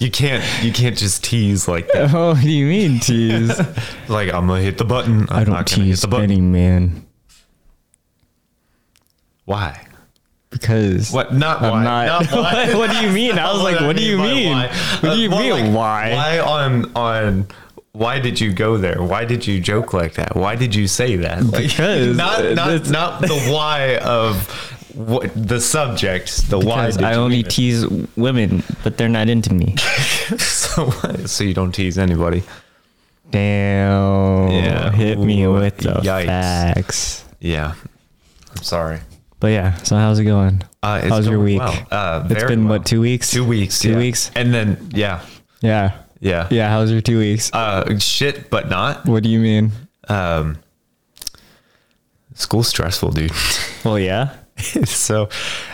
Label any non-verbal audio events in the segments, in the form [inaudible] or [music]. You can't you can't just tease like that. [laughs] Oh, what do [laughs] you mean tease? Like I'm gonna hit the button. I'm I don't not gonna hit tease the button. any man Why? because What? Not I'm why. not. why. [laughs] what do you mean? I was like, what do you by mean? why. What do Uh, you more mean? like, why? Why on on? Why did you go there? Why did you joke like that? Why did you say that? Like, Because not not that's- not the why of what the subject. The why. Because Did I you only even- tease women, but they're not into me. [laughs] so, so you don't tease anybody. Damn. Yeah. Hit me Ooh, with the yikes. facts. Yeah. I'm sorry. But yeah, so how's it going? Uh, it's how's your going week? well. Uh, it's very been well. what two weeks? Two weeks. Two yeah. weeks. And then yeah, Yeah. yeah, Yeah. How's your two weeks? Uh, shit, but not. what do you mean? Um, school's stressful, dude. [laughs] Well, yeah. so,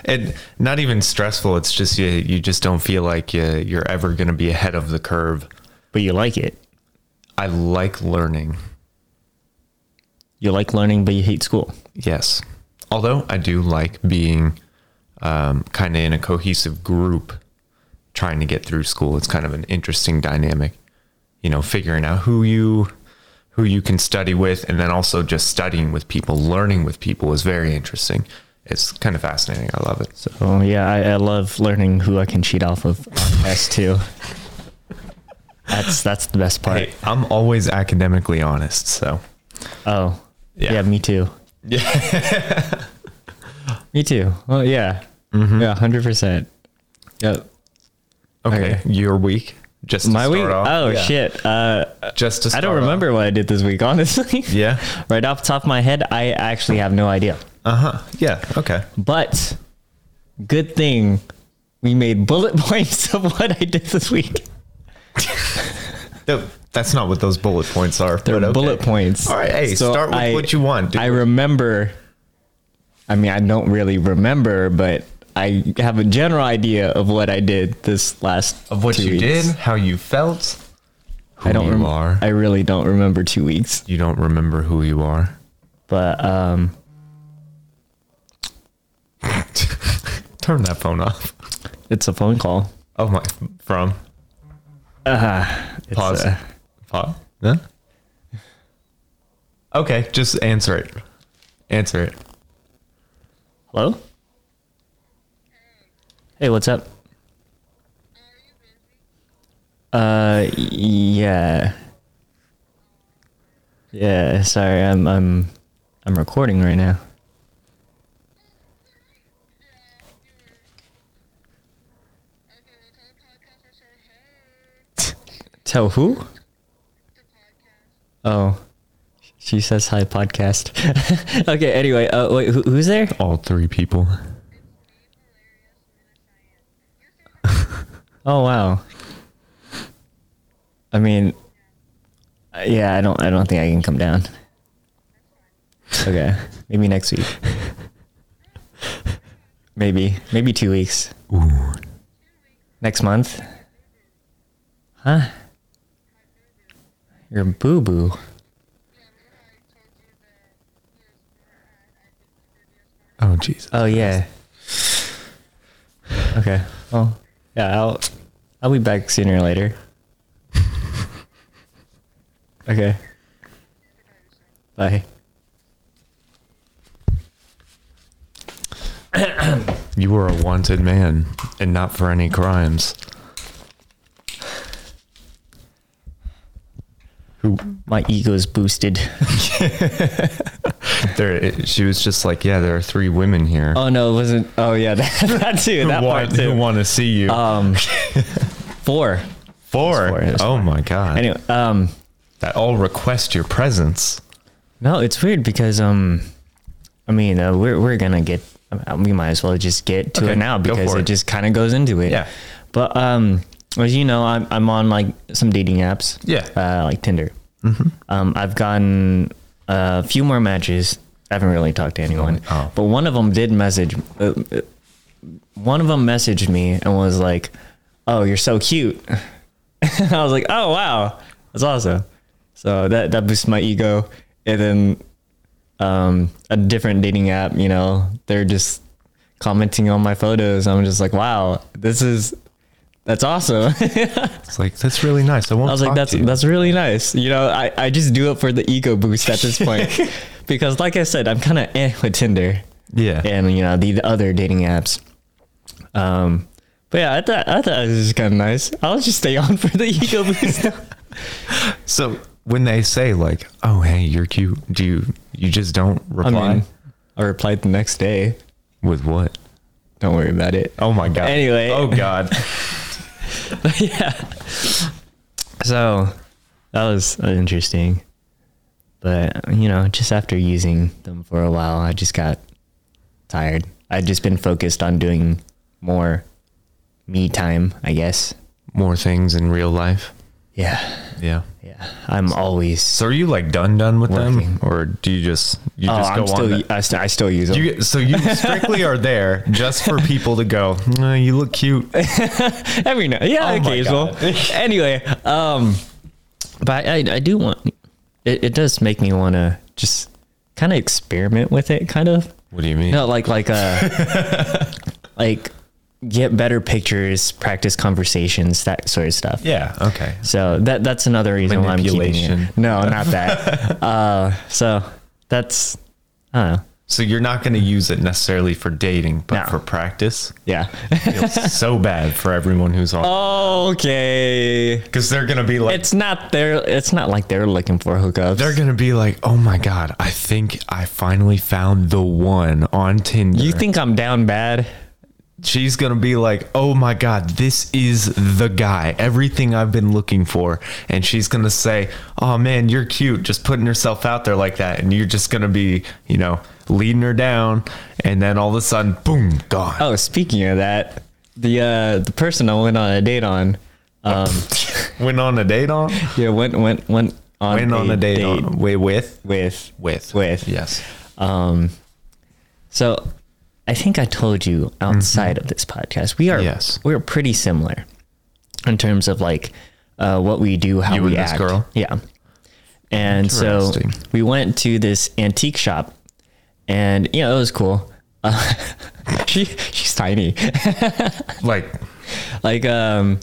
and not even stressful. It's just you. You just don't feel like you, you're ever going to be ahead of the curve. But you like it. I like learning. You like learning, but you hate school. Yes. Although I do like being um, kind of in a cohesive group trying to get through school. It's kind of an interesting dynamic, you know, figuring out who you who you can study with and then also just studying with people, learning with people is very interesting. It's kind of fascinating. I love it. So yeah, I, I love learning who I can cheat off of on [laughs] tests too. That's that's the best part. Hey, I'm always academically honest, so Oh, Yeah. yeah. me too. [laughs] Yeah, me too. Well, yeah, Mm-hmm. yeah, hundred percent. Yep. okay, Okay. your week just to My start week. off. oh Yeah. shit. Uh, Just to I start don't off. remember what I did this week. [laughs] Honestly, Yeah. right off the top of my head, I actually have no idea. Uh-huh. Yeah. Okay. But good thing we made bullet [laughs] points of what I did this week. No, That's not what those bullet points are. They're but okay. bullet points. All right, hey, start with what you want, dude. I remember. I mean, I don't really remember, but I have a general idea of what I did this last of what two you weeks. did, how you felt, who I don't you remember. are. I really don't remember two weeks, you don't remember who you are. [laughs] but um, Turn that phone off. it's a phone call. Oh my! From It's, pause. uh, pause. Huh? Okay, just answer it. Answer it. hello. Hey, what's up? Uh, y- yeah, yeah. Sorry, I'm I'm I'm recording right now. Tell who? Oh, she says hi podcast. [laughs] okay. Anyway, uh, wait, who, who's there? All three people. Oh wow. I mean, uh, yeah, I don't, I don't think I can come down. Okay, maybe next week. Maybe, maybe two weeks. Ooh. Next month. Huh? You're boo boo. Oh Jesus. Oh yeah. Okay. Well, yeah. I'll I'll be back sooner or later. [laughs] okay. Bye. You were a wanted man, and not for any crimes. Who? My ego's boosted. [laughs] There. it- She was just like, yeah. There are three women here. Oh no, it wasn't. Oh yeah, [laughs] that, that [laughs] too. That who part want, who too. want to see you? Um, four. Four. It's four, it's Oh my god. Anyway, um, that all request your presence. no, it's weird because um, I mean, uh, we're we're gonna get. uh, We might as well just get to Okay, it now go because for it it. just kind of goes into it. Yeah. But um, as you know, I'm I'm on like some dating apps. Yeah. Mm-hmm. Uh, like Tinder. Um, I've gotten a few more matches. I haven't really talked to anyone. Oh. But one of them did message. Uh, uh, one of them messaged me and was like, "Oh, you're so cute." [laughs] I was like, "Oh wow, that's awesome." So that that boosts my ego. And then um, a different dating app, you know, they're just commenting on my photos. I'm just like, wow, this is that's awesome. [laughs] It's like that's really nice. I won't. I was like, that's that's really nice. You know, I, I just do it for the ego boost at this point. because like I said, I'm kinda eh with Tinder yeah. and you know, the other dating apps. Um but yeah, I thought I thought it was kinda nice. I'll just stay on for the ego boost. So when they say like, "Oh, hey, you're cute," do you you just don't I reply mean I replied the next day. with what? Don't worry about it. Oh my god. Anyway. Oh [laughs] god. yeah. So that was interesting. But, you know, just after using them for a while, I just got tired. I'd just been focused on doing more me time, I guess. More things in real life. Yeah. Yeah. Yeah. I'm always. So are you like done done with them, or do you just you Oh, just go I'm still, on? I, st- I still use them. You get, so [laughs] you strictly are there just for people to go. "Nah, you look [laughs] cute. Every now, yeah, Oh my occasional. [laughs] anyway, um, but I, I do want. It, it does make me want to just kind of experiment with it, kind of. What do you mean? No, like like uh, [laughs] like get better pictures, practice conversations, that sort of stuff. Yeah. Okay. So that that's another reason why I'm keeping Manipulation. it. No, not [laughs] that. uh, so that's I don't know. So you're not going to use it necessarily for dating, but No. for practice. Yeah. Feels [laughs] so bad for everyone who's on okay. because they're going to be like Oh. It's not their. It's not like they're looking for hookups. They're gonna be like, "Oh my god, I think I finally found the one on Tinder." you think I'm down bad? She's gonna be like, "Oh my god, this is the guy. Everything I've been looking for." And she's gonna say, "Oh man, you're cute, just putting yourself out there like that." And you're just gonna be, you know, leading her down, and then all of a sudden, boom, gone. Oh, speaking of that, the uh, the person I went on a date on, [laughs] um, Went on a date on. yeah, went went went on Went on a date, on. Wait, with with with With. Yes. um. So, I think I told you outside of this podcast, we are Mm-hmm. Yes. we're pretty similar in terms of like uh, what we do, how You we and this act. girl? Yeah. And so Interesting. we went to this antique shop, and you know it was cool. [laughs] Uh, she she's tiny, [laughs] Like, like um.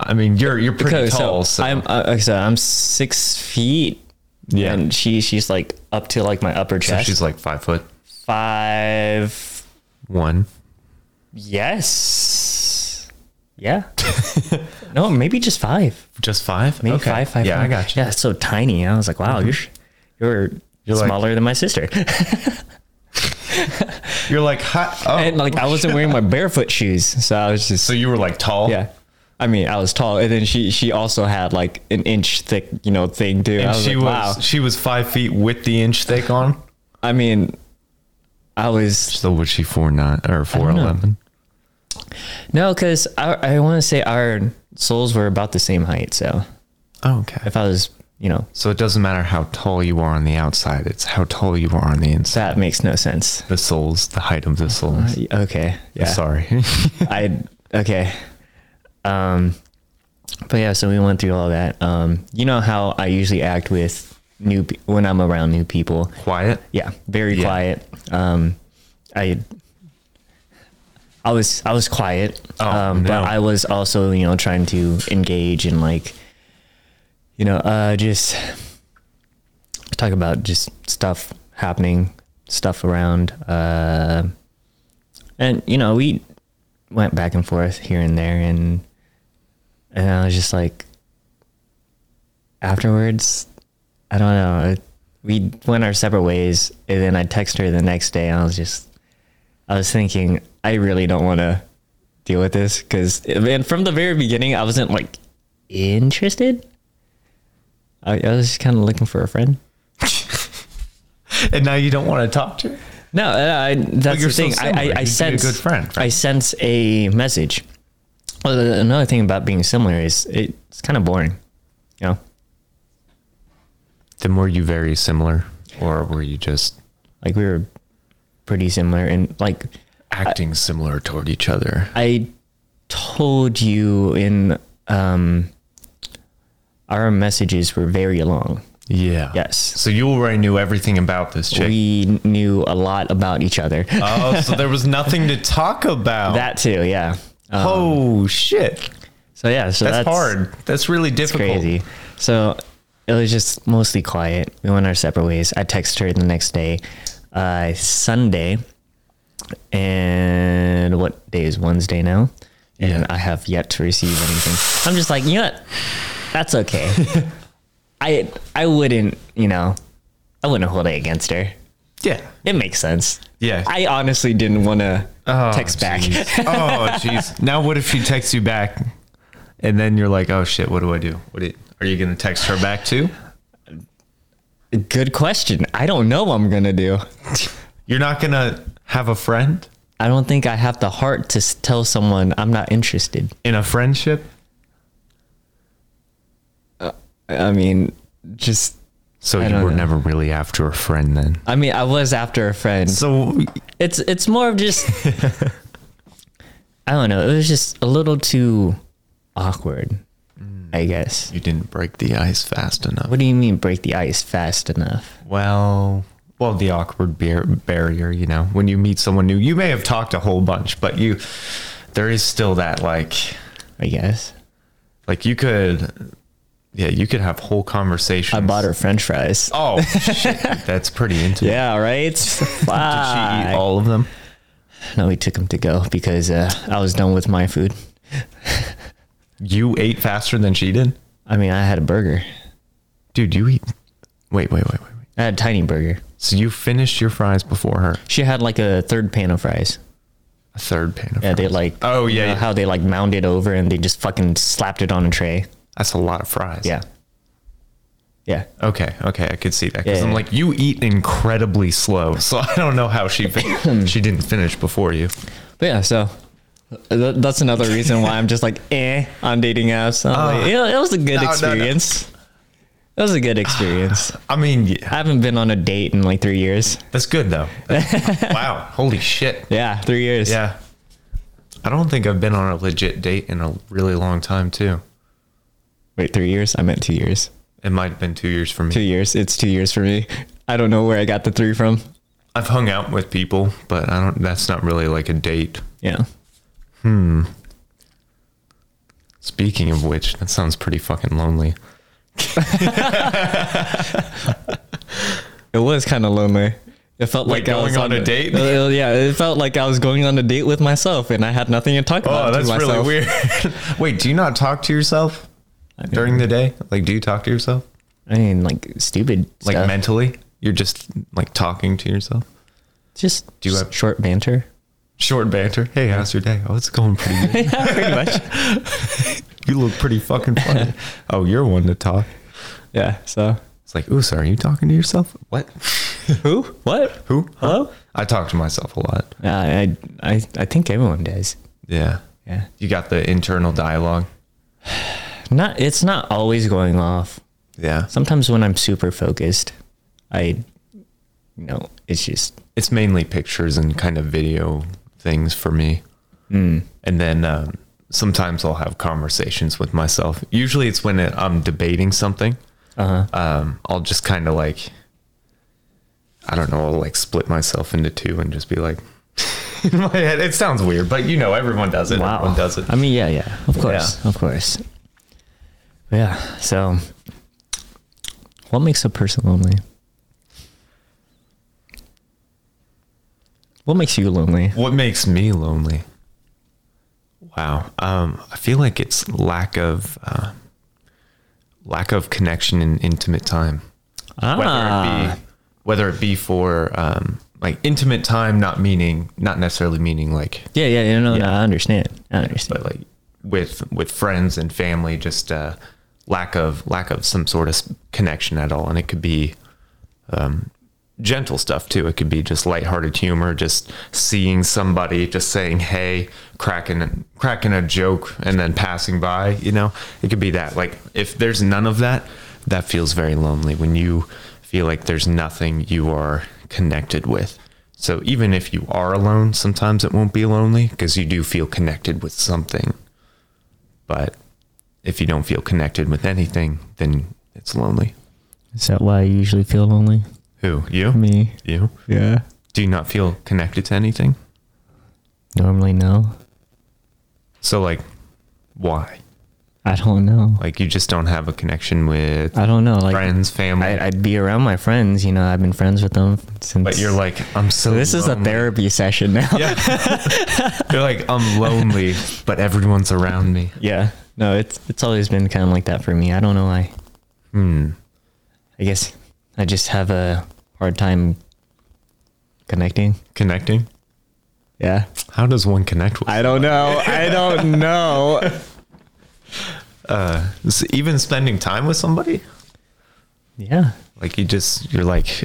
I mean, you're you're pretty Okay, tall. So, so, I'm uh, okay, so I'm six feet. Yeah. and she she's like up to like my upper so chest. she's like five foot five. one. Yes. Yeah. [laughs] no, maybe just five. Just five? Maybe Okay. five, five. Yeah, five. I got you. Yeah, it's so tiny. I was like, wow, you're sh- Mm-hmm. you're, You're like- smaller than my sister. You're like, hot. Oh. [laughs] and like I wasn't wearing my barefoot shoes, so I was just so you were like tall? yeah. I mean, I was tall, and then she she also had like an inch thick, you know, thing too. I And she like, was wow. she was five feet with the inch thick on. I mean, I was So was she four nine or four eleven? no, because I I want to say our souls were about the same height. So Oh, okay. if I was, you know, So it doesn't matter how tall you are on the outside; it's how tall you are on the inside. that makes no sense. The soles, the height of the soles. Okay, Uh, yeah, Sorry. I okay. Um, but yeah, so we went through all that. Um, you know how I usually act with new pe- when I'm around new people. Quiet. Yeah, very Yeah. quiet. Um, I I was I was quiet, Oh, um, no. but I was also you know trying to engage and like you know uh, just talk about just stuff happening, stuff around, uh, and you know we went back and forth here and there, and and I was just like afterwards, I don't know. it- We went our separate ways, and then I text her the next day. And I was just, I was thinking, I really don't want to deal with this because, and from the very beginning, I wasn't like interested. I, I was just kind of looking for a friend. And now you don't want to talk to her. No, uh, I, I- that's you're the so thing. I, similar. I, I You'd be a good sense friend, right? I sense a message. Well, the- another thing about being similar is it's kind of boring. You know, Then were you very similar, or were you just like we were pretty similar, and like acting similar toward each other? I told you in um, our messages were very long. Yeah. Yes. So you already knew everything about this chick. We knew a lot about each other. oh, so there was nothing to talk about. that too, yeah. oh shit. So yeah, so That's, that's, hard. That's really It's difficult. crazy. So it was just mostly quiet. We went our separate ways. I texted her the next day, uh, Sunday, and what day is Wednesday now? And Yeah. I have yet to receive anything. I'm just like, you know what? That's okay. [laughs] I I wouldn't, you know, I wouldn't hold it against her. Yeah. It makes sense. Yeah. I honestly didn't want to Oh, text back. jeez. [laughs] oh, jeez. Now, what if she texts you back, and then you're like, "Oh shit, what do I do? What do you, are you gonna text her back too? [laughs] Good question. I don't know what I'm gonna do. You're not gonna have a friend I don't think I have the heart to s- tell someone I'm not interested. in a friendship, I mean, just so I you don't were know. never really after a friend then. I mean, I was after a friend. So It's it's more of [laughs] just I don't know. It was just a little too awkward, I guess. you didn't break the ice fast enough. What do you mean break the ice fast enough? Well, well, the awkward bar- barrier, you know, when you meet someone new, you may have talked a whole bunch, but you, there is still that like, I guess. like you could, yeah, you could have whole conversations. I bought her french fries. Oh, shit, that's pretty intimate. [laughs] Yeah, right? Did she eat Fuck. all of them? No, we took him to go because uh, I was done with my food. You ate faster than she did? I mean, I had a burger. Dude, you eat. Wait, wait, wait, wait. wait. I had a tiny burger. So you finished your fries before her. She had like a third pan of fries. A third pan of Yeah, they fries. like. Oh, you yeah, know yeah. How they like mounded over and they just fucking slapped it on a tray. That's a lot of fries. Yeah. Yeah. Okay, okay, I could see that. Because Yeah, I'm yeah. like, you eat incredibly slow. So I don't know how she [coughs] fin- she didn't finish before you. But yeah, so th- that's another reason why I'm just like [laughs] eh on dating apps. I'm like, it, it was a good Ah. no, no. experience. It was a good experience. [sighs] I mean, yeah, I haven't been on a date in like three years. that's good [laughs] though. That's- wow, holy shit. Yeah, three years. Yeah. I don't think I've been on a legit date in a really long time too. Wait, three years? I meant two years. It might have been two years for me. Two years. It's two years for me. I don't know where I got the three from. I've hung out with people, but I don't. That's not really like a date. Yeah. Speaking of which, that sounds pretty fucking lonely. It was kind of lonely. It felt like, I was going on a date? [laughs] Uh, yeah, it felt like I was going on a date with myself, and I had nothing to talk about. Oh, to that's really myself. weird. [laughs] Wait, do you not talk to yourself during the day? Like, do you talk to yourself? I mean, like stupid. Like stuff. mentally, you're just like talking to yourself. just do you just have- short banter. Short banter. Hey, how's your day? Oh, it's going [laughs] pretty good. yeah, pretty much. you look pretty fucking [laughs] funny. oh, you're one to talk. Yeah. So It's like, ooh, so are you talking to yourself? What? who? What? Who? Hello? I talk to myself a lot. Uh, I I I think everyone does. Yeah. Yeah. You got the internal dialogue. Not. It's not always going off. Yeah. Sometimes when I'm super focused, I, you know, it's just it's mainly pictures and kind of video things for me. And then um, sometimes I'll have conversations with myself. Usually it's when it, I'm debating something. Um, I'll just kind of like, I don't know, I'll like split myself into two and just be like, [laughs] in my head, it sounds weird, but you know, everyone does it. Everyone does it. I mean, yeah, yeah. Of course, of course. Yeah. So, what makes a person lonely? What makes you lonely? What makes me lonely? Wow. Um, I feel like it's lack of, uh, lack of connection and intimate time. Ah. whether it be whether it be for um, like intimate time, not meaning not necessarily meaning like yeah, yeah, yeah. No, no, I understand. I understand. but like with with friends and family, just uh, lack of lack of some sort of s- connection at all, and it could be um, gentle stuff too. It could be just lighthearted humor, just seeing somebody, just saying hey, cracking cracking a joke, and then passing by. You know, it could be that. Like if there's none of that, that feels very lonely when you feel like there's nothing you are connected with. So even if you are alone, sometimes it won't be lonely because you do feel connected with something. But if you don't feel connected with anything, then it's lonely. Is that why I usually feel lonely? Who? You? Me. You? Yeah. Do you not feel connected to anything? Normally, no. So like why? I don't know. Like you just don't have a connection with I don't know. Like friends, family. I, I'd be around my friends. You know, I've been friends with them since. but you're like, I'm so. this is a lonely. therapy session now. Yeah. [laughs] You're like, I'm lonely, but everyone's around me. No, it's it's always been kind of like that for me. I don't know why. Hmm. I guess I just have a hard time connecting. Connecting. Yeah. How does one connect with? I don't know. I [laughs] don't know. S- even spending time with somebody? Yeah. Like you just you're like,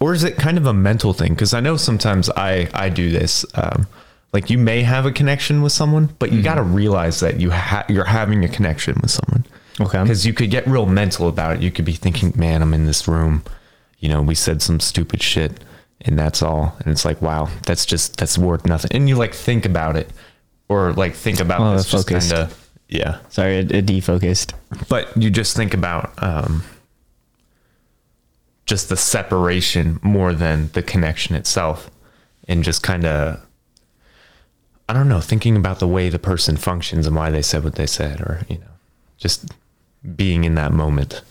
or is it kind of a mental thing? Because I know sometimes I I do this. Um, like you may have a connection with someone, but Mm-hmm. you got to realize that you ha- you're having a connection with someone. Okay. Because you could get real mental about it. You could be thinking, man, I'm in this room. You know, we said some stupid shit and that's all. And it's like, wow, that's just, that's worth nothing. And you like think about it or like think about Oh, this just focused. kind of, yeah. Sorry, it, it defocused. But you just think about um, just the separation more than the connection itself and just kind of, I don't know, thinking about the way the person functions and why they said what they said or, you know, just being in that moment.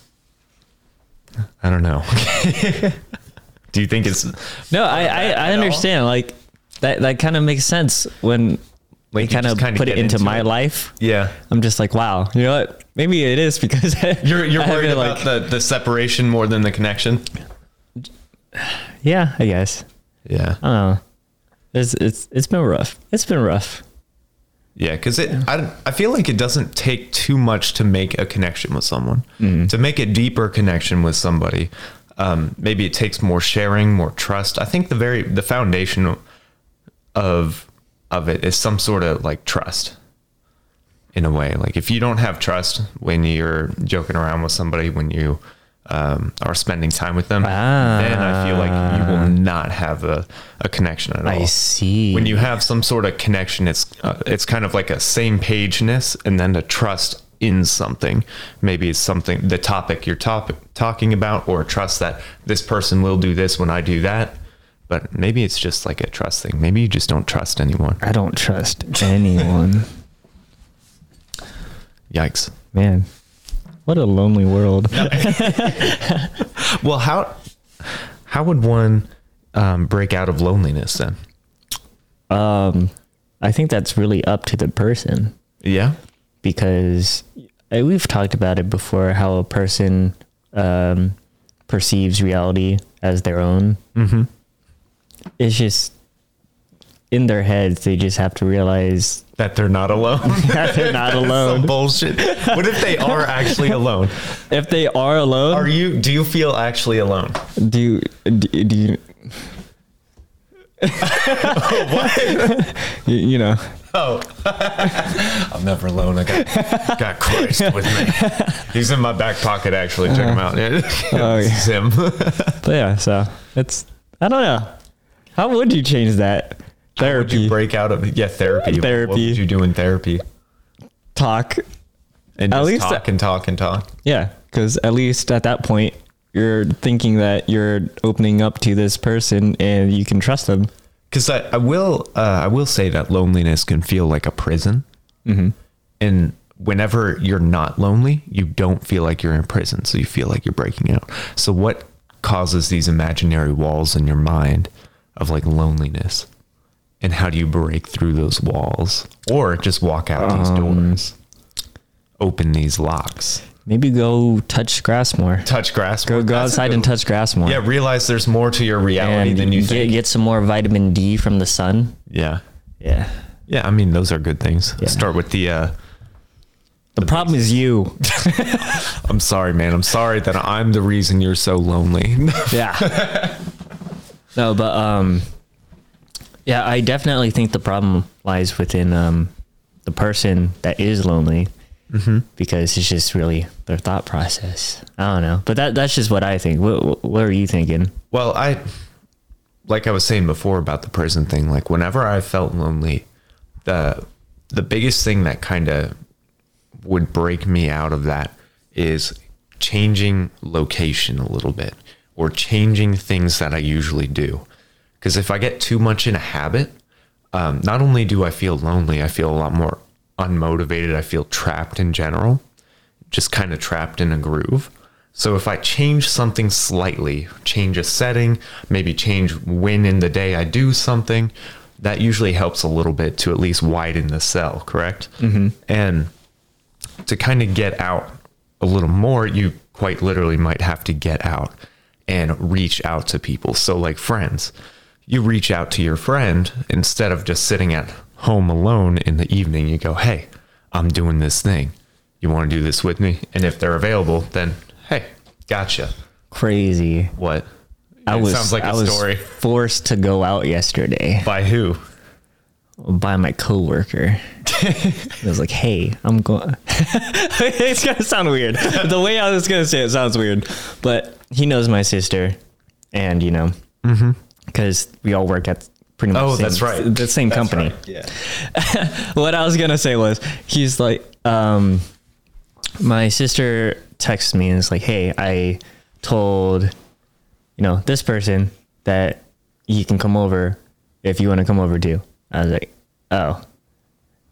I don't know. [laughs] Do you think it's No, I I, I understand. Like that that kind of makes sense when like kind of put it into, my life. Yeah. I'm just like, wow. You know what? Maybe it is because [laughs] You're you're I haven't, worried about the, the separation more than the connection. yeah. I guess Yeah. I don't know. It's it's it's been rough. It's been rough. Yeah, because it, I, I feel like it doesn't take too much to make a connection with someone. To make a deeper connection with somebody, um, maybe it takes more sharing, more trust. I think the very the foundation of of it is some sort of like trust, in a way. Like if you don't have trust when you're joking around with somebody, when you um, are spending time with them, then I feel like you will not have a, a connection at all I see. when you have some sort of connection it's uh, it's kind of like a same pageness and then a trust in something maybe it's something the topic you're top, talking about or a trust that this person will do this when i do that but maybe it's just like a trust thing maybe you just don't trust anyone I don't [laughs] trust anyone. yikes Man, what a lonely world. well how how would one um, break out of loneliness then Um, I think that's really up to the person. yeah because uh, we've talked about it before how a person um, perceives reality as their own. Mm-hmm. It's just in their heads, they just have to realize [laughs] that they're not [laughs] alone that they're not Some alone. bullshit what if they are actually alone If they are alone, are you do you feel actually alone do, do, do [laughs] you. [laughs] you, you know, Oh, [laughs] I'm never alone. I got, got Christ with me. He's in my back pocket, actually. Check him out. oh, yeah. [laughs] This is him. [laughs] but yeah, so it's, I don't know. How would you change that? Would Therapy, you break out of yeah therapy? What Therapy. would you do in therapy? talk, And At just least talk and talk and talk. Yeah, because at least at that point, you're thinking that you're opening up to this person and you can trust them. Because I, I will uh, I will say that loneliness can feel like a prison. Mm-hmm. And whenever you're not lonely, you don't feel like you're in prison, so you feel like you're breaking out. So what causes these imaginary walls in your mind of like loneliness? And how do you break through those walls or just walk out these Um, doors? Open these locks. Maybe go touch grass more. Touch grass. Go, go outside and touch grass more. Yeah, realize there's more to your reality and than you get, think. get some more vitamin D from the sun. Yeah. Yeah. Yeah, I mean those are good things. Yeah. Start with the uh The problem is you. I'm sorry, man. I'm sorry that I'm the reason you're so lonely. [laughs] Yeah. [laughs] no, but um yeah, I definitely think the problem lies within um the person that is lonely. Mm-hmm. Because it's just really their thought process. I don't know, but that that's just what I think. What, what are you thinking? Well, I like I was saying before about the prison thing, like whenever I felt lonely, the the biggest thing that kind of would break me out of that is changing location a little bit or changing things that I usually do. Cuz if I get too much in a habit, um, not only do I feel lonely, I feel a lot more unmotivated, I feel trapped in general. just kind of trapped in a groove. So if I change something slightly, change a setting, maybe change when in the day I do something, that usually helps a little bit to at least widen the cell, correct? Mm-hmm. And to kind of get out a little more, you quite literally might have to get out and reach out to people. So, like friends, you reach out to your friend instead of just sitting at home alone in the evening. You go, Hey, I'm doing this thing. You want to do this with me? And if they're available, then hey, gotcha. Crazy. What? I it was sounds like a I was story. forced to go out yesterday By who? by my coworker. I was like, "Hey, I'm going." [laughs] it's gonna sound weird. The way I was gonna say it sounds weird, but he knows my sister, and you know, because we all worked at pretty much Mm-hmm. Oh, the same- that's right. the same company. Yeah. [laughs] what I was gonna say was he's like, um, my sister texts me and is like, hey, I told, you know, this person that he can come over if you want to come over too. I was like, oh.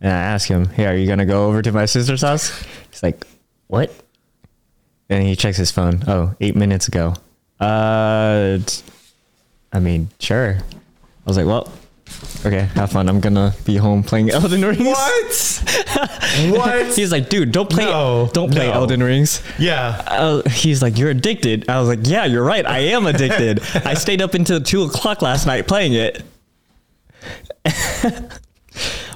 And I asked him, hey, are you gonna go over to my sister's house? He's like, what? And he checks his phone. Oh, eight minutes ago. Uh, it's- I mean, sure. I was like, well, okay, have fun. I'm gonna be home playing Elden Rings. [laughs] What? what? He's like, dude, don't play, No, don't play no. Elden Rings. Yeah. Uh, he's like, you're addicted. I was like, yeah, you're right. I am addicted. I stayed up until two o'clock last night playing it. [laughs]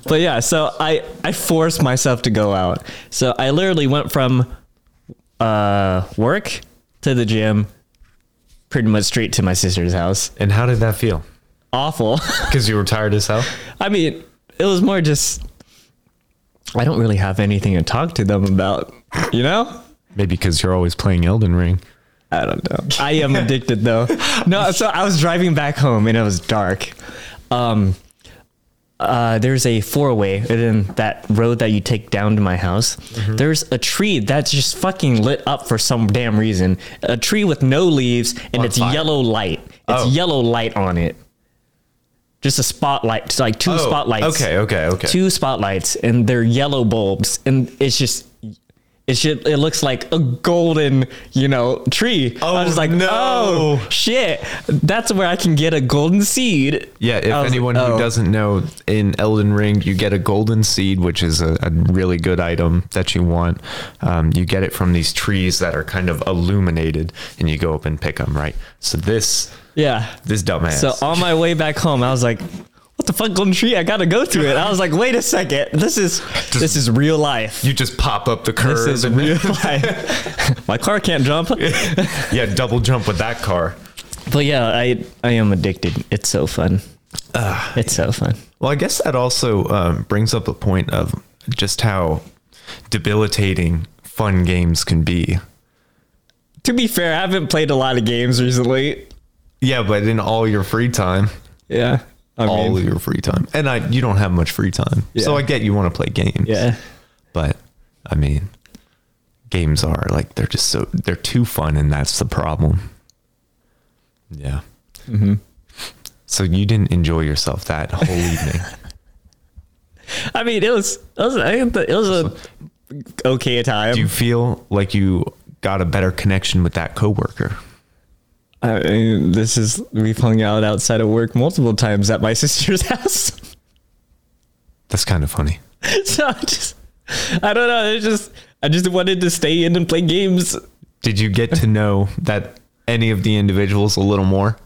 but yeah, so I I forced myself to go out. So I literally went from uh, work to the gym, pretty much straight to my sister's house. And how did that feel? Awful. [laughs] Because you were tired as hell? I mean, it was more just I don't really have anything to talk to them about, you know? Maybe because you're always playing Elden Ring. I don't know. I am [laughs] addicted though. No, so I was driving back home and it was dark. Um, uh, there's a four way, and then that road that you take down to my house. Mm-hmm. There's a tree that's just fucking lit up for some damn reason. A tree with no leaves and On it's fire. yellow light. It's Oh. yellow light on it. Just a spotlight, it's like two Oh, spotlights. okay, okay, okay. Two spotlights, and they're yellow bulbs, and it's just it should it looks like a golden you know tree i Oh, was like no. oh shit that's where i can get a golden seed Yeah, if I was like, anyone oh. who doesn't know, in Elden Ring, you get a golden seed, which is a, a really good item that you want. Um, you get it from these trees that are kind of illuminated, and you go up and pick them, right? So this yeah this dumbass. so on my way back home i was like what the fuck golden tree i gotta go through it i was like wait a second this is this is real life you just pop up the curve. this is and- real life [laughs] my car can't jump [laughs] yeah, double jump with that car. but yeah i i am addicted it's so fun it's so fun Well, I guess that also um, brings up a point of just how debilitating fun games can be. to be fair i haven't played a lot of games recently Yeah, but in all your free time, yeah I all of your free time, and I you don't have much free time, so Yeah. I get you want to play games. yeah but I mean, games are like they're just so they're too fun, and that's the problem. Yeah. Mm-hmm. So you didn't enjoy yourself that whole evening. [laughs] I mean, it was it was I think that it was a okay time. Do you feel like you got a better connection with that coworker? I mean, this is we've hung out outside of work multiple times at my [laughs] sister's house. That's kind of funny. so I just I don't know. It's just I just wanted to stay in and play games. Did you get to know that any of the individuals a little more?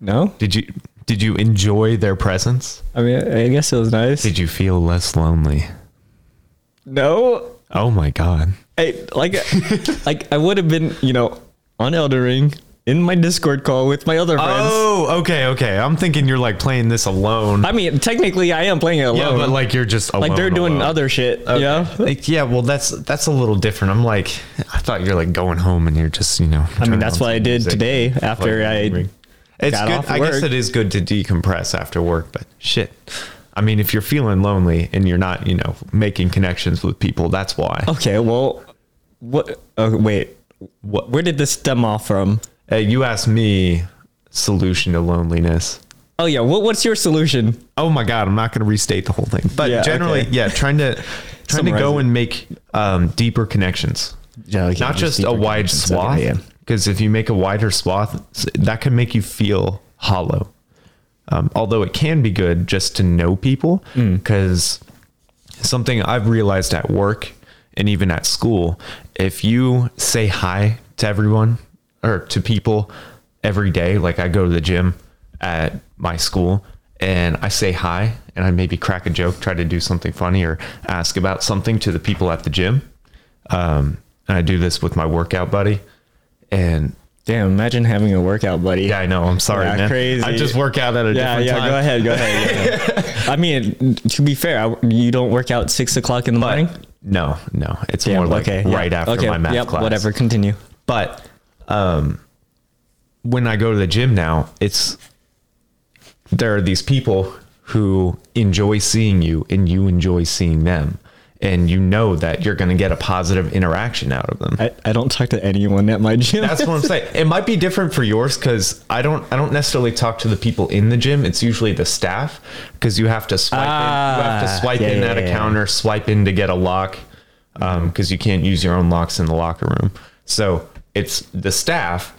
No, Did you did you enjoy their presence? I mean, I guess it was nice. Did you feel less lonely? No, Oh my god. I, [laughs] like like I would have been, you know, on Elder Ring in my Discord call with my other friends. Oh, okay, okay. I'm thinking you're like playing this alone. I mean, technically, I am playing it alone. yeah, but like you're just alone. like they're doing alone. other shit. Yeah. Like, yeah, well, that's that's a little different. I'm like, I thought you're like going home and you're just, you know. I mean, that's what I did today after I It's got good. off I guess work. it is good to decompress after work, but shit. I mean, if you're feeling lonely and you're not, you know, making connections with people, that's why. Okay, well, what? Oh, wait, What? where did this stem off from? Hey, you asked me solution to loneliness. Oh yeah, what, what's your solution? oh my god i'm not going to restate the whole thing but Yeah, generally okay. [laughs] yeah trying to trying to Summarize go it. and make um, deeper connections Yeah, like, not yeah, just deeper a wide connections, okay, swath yeah. because if you make a wider swath that can make you feel hollow um, although it can be good just to know people Hmm. because something i've realized at work and even at school if you say hi to everyone or to people every day like i go to the gym at my school and i say hi and i maybe crack a joke try to do something funny or ask about something to the people at the gym um, and I do this with my workout buddy. And Damn, imagine having a workout buddy. yeah, I know. I'm sorry, Yeah, man. crazy. I just work out at a Yeah, different yeah. time. Go ahead, go ahead. yeah. [laughs] I mean, to be fair, I, you don't work out six o'clock in the morning. No, no, it's Damn, more like yeah. right after my math yep, class. Whatever. Continue. But um, when I go to the gym now, it's there are these people who enjoy seeing you, and you enjoy seeing them, and you know that you're going to get a positive interaction out of them. I, I don't talk to anyone at my gym. That's what I'm saying. It might be different for yours because I don't I don't necessarily talk to the people in the gym. It's usually the staff because you have to swipe in, you have to Ah, swipe yeah, in yeah, at a yeah. counter, swipe in to get a lock because you can't use your own locks in the locker room. So it's the staff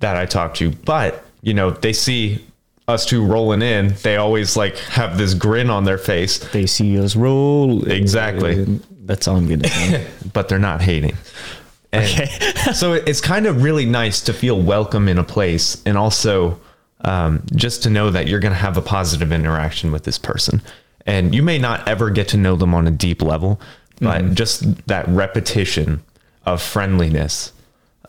that I talk to, but you know they see us two rolling in. They always like have this grin on their face, [laughs] they see us roll. Exactly. That's all I'm [laughs] gonna say. but they're not hating. And [laughs] so it- it's kind of really nice to feel welcome in a place and also um, just to know that you're going to have a positive interaction with this person. And you may not ever get to know them on a deep level, but Mm-hmm. just that repetition of friendliness,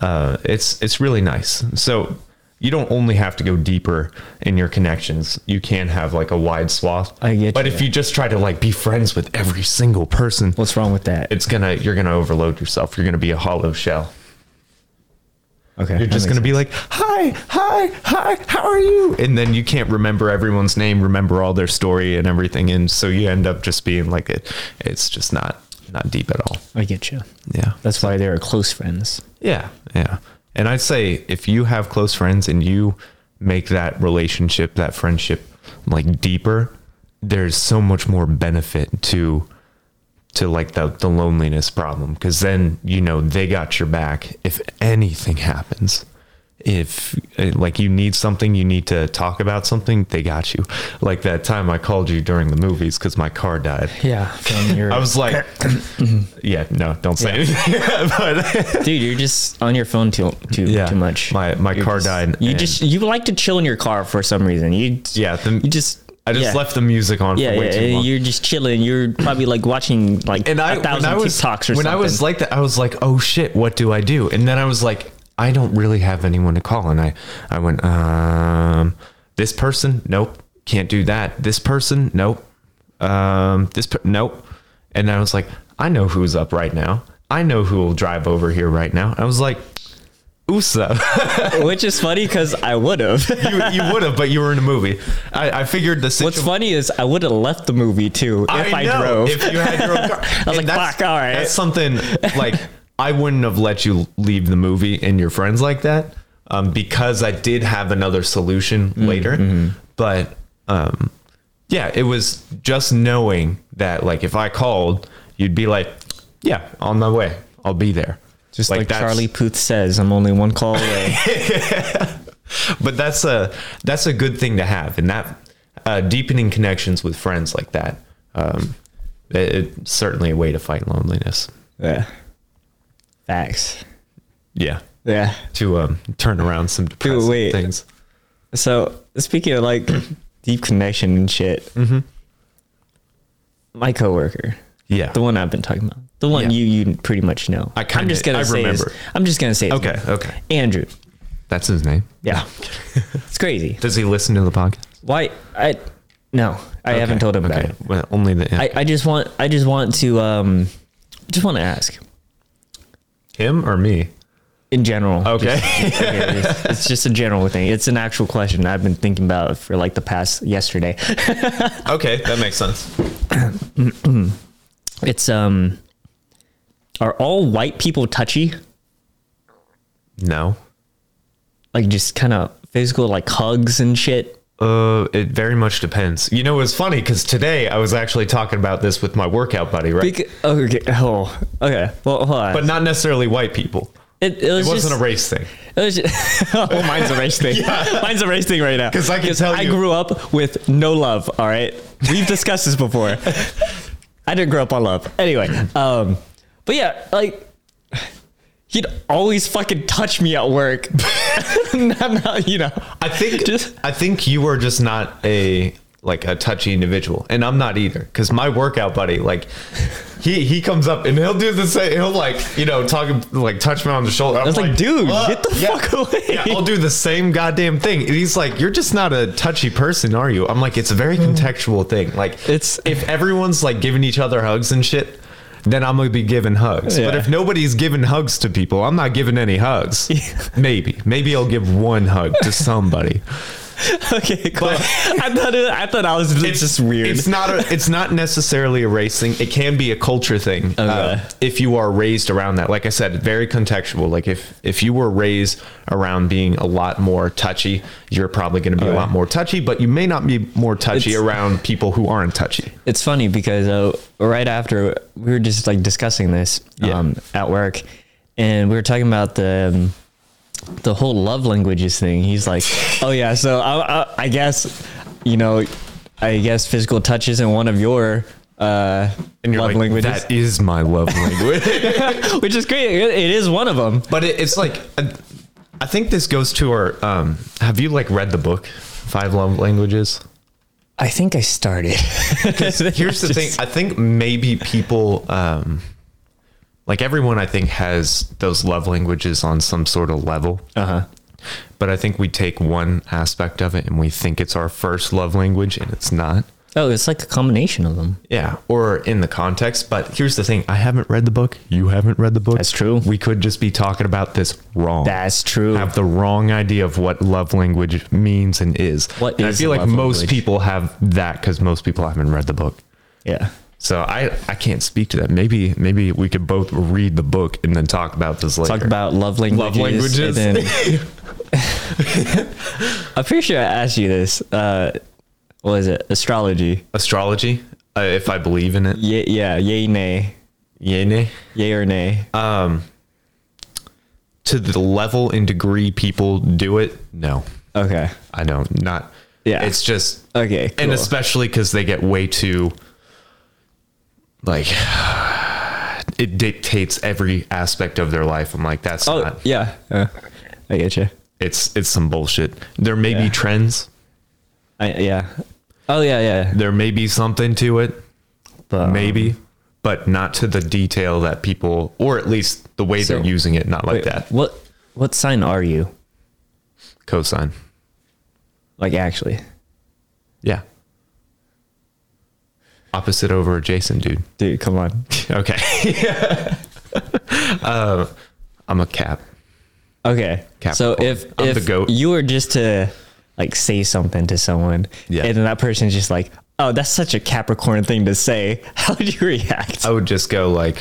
uh, it's it's really nice. So you don't only have to go deeper in your connections. You can have like a wide swath. I get But you. if you just try to like be friends with every single person, What's wrong with that? it's gonna you're gonna overload yourself. You're gonna be a hollow shell. Okay. You're just going to be like, hi, hi, hi, how are you? And then you can't remember everyone's name, remember all their story and everything. And so you end up just being like, it, it's just not, not deep at all. I get you. Yeah. That's why they're close friends. Yeah. Yeah. And I'd say if you have close friends and you make that relationship, that friendship like deeper, there's so much more benefit to to like the the loneliness problem cuz then you know they got your back if anything happens. If eh, like you need something, you need to talk about something, they got you. Like that time I called you during the movies cuz my car died. Yeah. From [laughs] your, I was like, yeah, no, don't say anything. [laughs] but dude, you're just on your phone too too Yeah. too much. My- my You're car just- died You and- just you like to chill in your car for some reason. You yeah, the, You just I just yeah. left the music on Yeah, for way yeah, too long. you're just chilling. You're probably like watching like and I, a thousand when I was TikToks or when something. I was like that, I was like, oh shit, what do I do? And then I was like, I don't really have anyone to call. And I, I went, um, this person, nope, can't do that. This person, nope, um, this, per- nope. And I was like, I know who's up right now. I know who will drive over here right now. I was like, Usa. [laughs] which is funny because I would have. you you would have, but you were in a movie. I, I figured the What's situation. funny is I would have left the movie too if I, know, drove. If you had your own [laughs] car. I was like, "Fuck, all right." That's something like I wouldn't have let you leave the movie and your friends like that um, because I did have another solution Mm, later. mm-hmm. But um, yeah, it was just knowing that like if I called, you'd be like, yeah, on my way. I'll be there. just like, that's- Charlie Puth says, I'm only one call [laughs] away. but that's a that's a good thing to have and that uh, deepening connections with friends like that um, it- it's certainly a way to fight loneliness yeah. Facts. yeah Yeah. to um, turn around some depressing wait. things So speaking of like deep connection and shit, Mm-hmm. my coworker, yeah the one I've been talking about, the one Yeah. you you pretty much know. I I'm kinda- just gonna I say his- remember. I'm just gonna say. his okay name. okay Andrew. that's his name Yeah. [laughs] it's crazy. does he listen to the podcast Why I no, I haven't told him about it. well, only the I, I just want I just want to um just want to ask him or me in general. okay Okay, it's, it's just a general thing. It's an actual question I've been thinking about for like the past yesterday. [laughs] okay that makes sense It's um are all white people touchy? no Like just kind of physical like hugs and shit? Uh, it very much depends. You know, it's funny because today I was actually talking about this with my workout buddy, right? Bec- okay. Oh. Okay. Well, hold on. but not necessarily white people. it, it was It wasn't just, a race thing. It was [laughs] just, oh, mine's a race thing. [laughs] Mine's a race thing right now. 'Cause I can tell I you- grew up with no love. All right, we've discussed this before. I didn't grow up on love. Anyway, um, but yeah, like he'd always fucking touch me at work. [laughs] Not- not, you know, I think Just- I think you are just not a like a touchy individual, and I'm not either. Because my workout buddy, like, he he comes up and he'll do the same. He'll like you know talking like touch me on the shoulder. I was like, dude, get the fuck away. Yeah, I'll do the same goddamn thing. And he's like, you're just not a touchy person, are you? I'm like, it's a very contextual thing. Like, Hmm. It's- if everyone's like giving each other hugs and shit. Then I'm gonna be giving hugs, but Yeah. if nobody's giving hugs to people, I'm not giving any hugs. [laughs] Maybe, maybe I'll give one hug to somebody. okay, cool. But- [laughs] I thought it, I thought I was [laughs] it's, just weird. It's not a, it's not necessarily a race thing. It can be a culture thing uh, if you are raised around that. Like I said, very contextual. Like if if you were raised around being a lot more touchy, you're probably going to be a lot more touchy. But you may not be more touchy It's- around people who aren't touchy. it's funny because uh, right after we were just like discussing this Yeah. um, at work, and we were talking about the um, the whole love languages thing. He's [laughs] like, "Oh yeah, so I, I, I guess you know, I guess physical touch isn't one of your uh, And you're love like, languages, that is my love [laughs] language. [laughs] which is great. It- it is one of them. but it, it's like. uh, I think this goes to our. Um, have you like read the book, Five Love Languages? I think I started. [laughs] here's [laughs] the thing i think maybe people um like everyone i think has those love languages on some sort of level Uh-huh. but i think we take one aspect of it and we think it's our first love language and it's not Oh, it's like a combination of them. yeah or in the context but here's the thing i haven't read the book you haven't read the book That's true. we could just be talking about this wrong That's true. have the wrong idea of what love language means and is. What and is I feel like love most language? people have that because most people haven't read the book. yeah. So I I can't speak to that. Maybe maybe we could both read the book and then talk about this later. talk about love languages. Love languages. and then- I'm pretty sure I asked you this. Uh, what is it? Astrology. [laughs] astrology, uh, if I believe in it. Ye- yeah, yay, nay. Yene. Yay or nay. Uh, To the level and degree people do it, no, okay. I don't. Not. Yeah. It's just Okay. and cool. especially because they get way too like [sighs] it dictates every aspect of their life. I'm like, that's oh, not. yeah. Uh, I get you. It's it's some bullshit. There may Yeah. be trends. I, yeah. Oh, yeah, yeah. There may be something to it. But, um, maybe, but not to the detail that people, or at least the way So- they're using it, not like wait, that. What, what sign are you? Cosine. Like, actually. Yeah. Opposite over adjacent, dude. [laughs] Dude, come on. Okay. [laughs] Uh, I'm a cap. Okay. So Capricorn. if I'm if the goat. you were just to like say something to someone, Yeah. and then that person's just like, "Oh, that's such a Capricorn thing to say," [laughs] how would you react? I would just go like,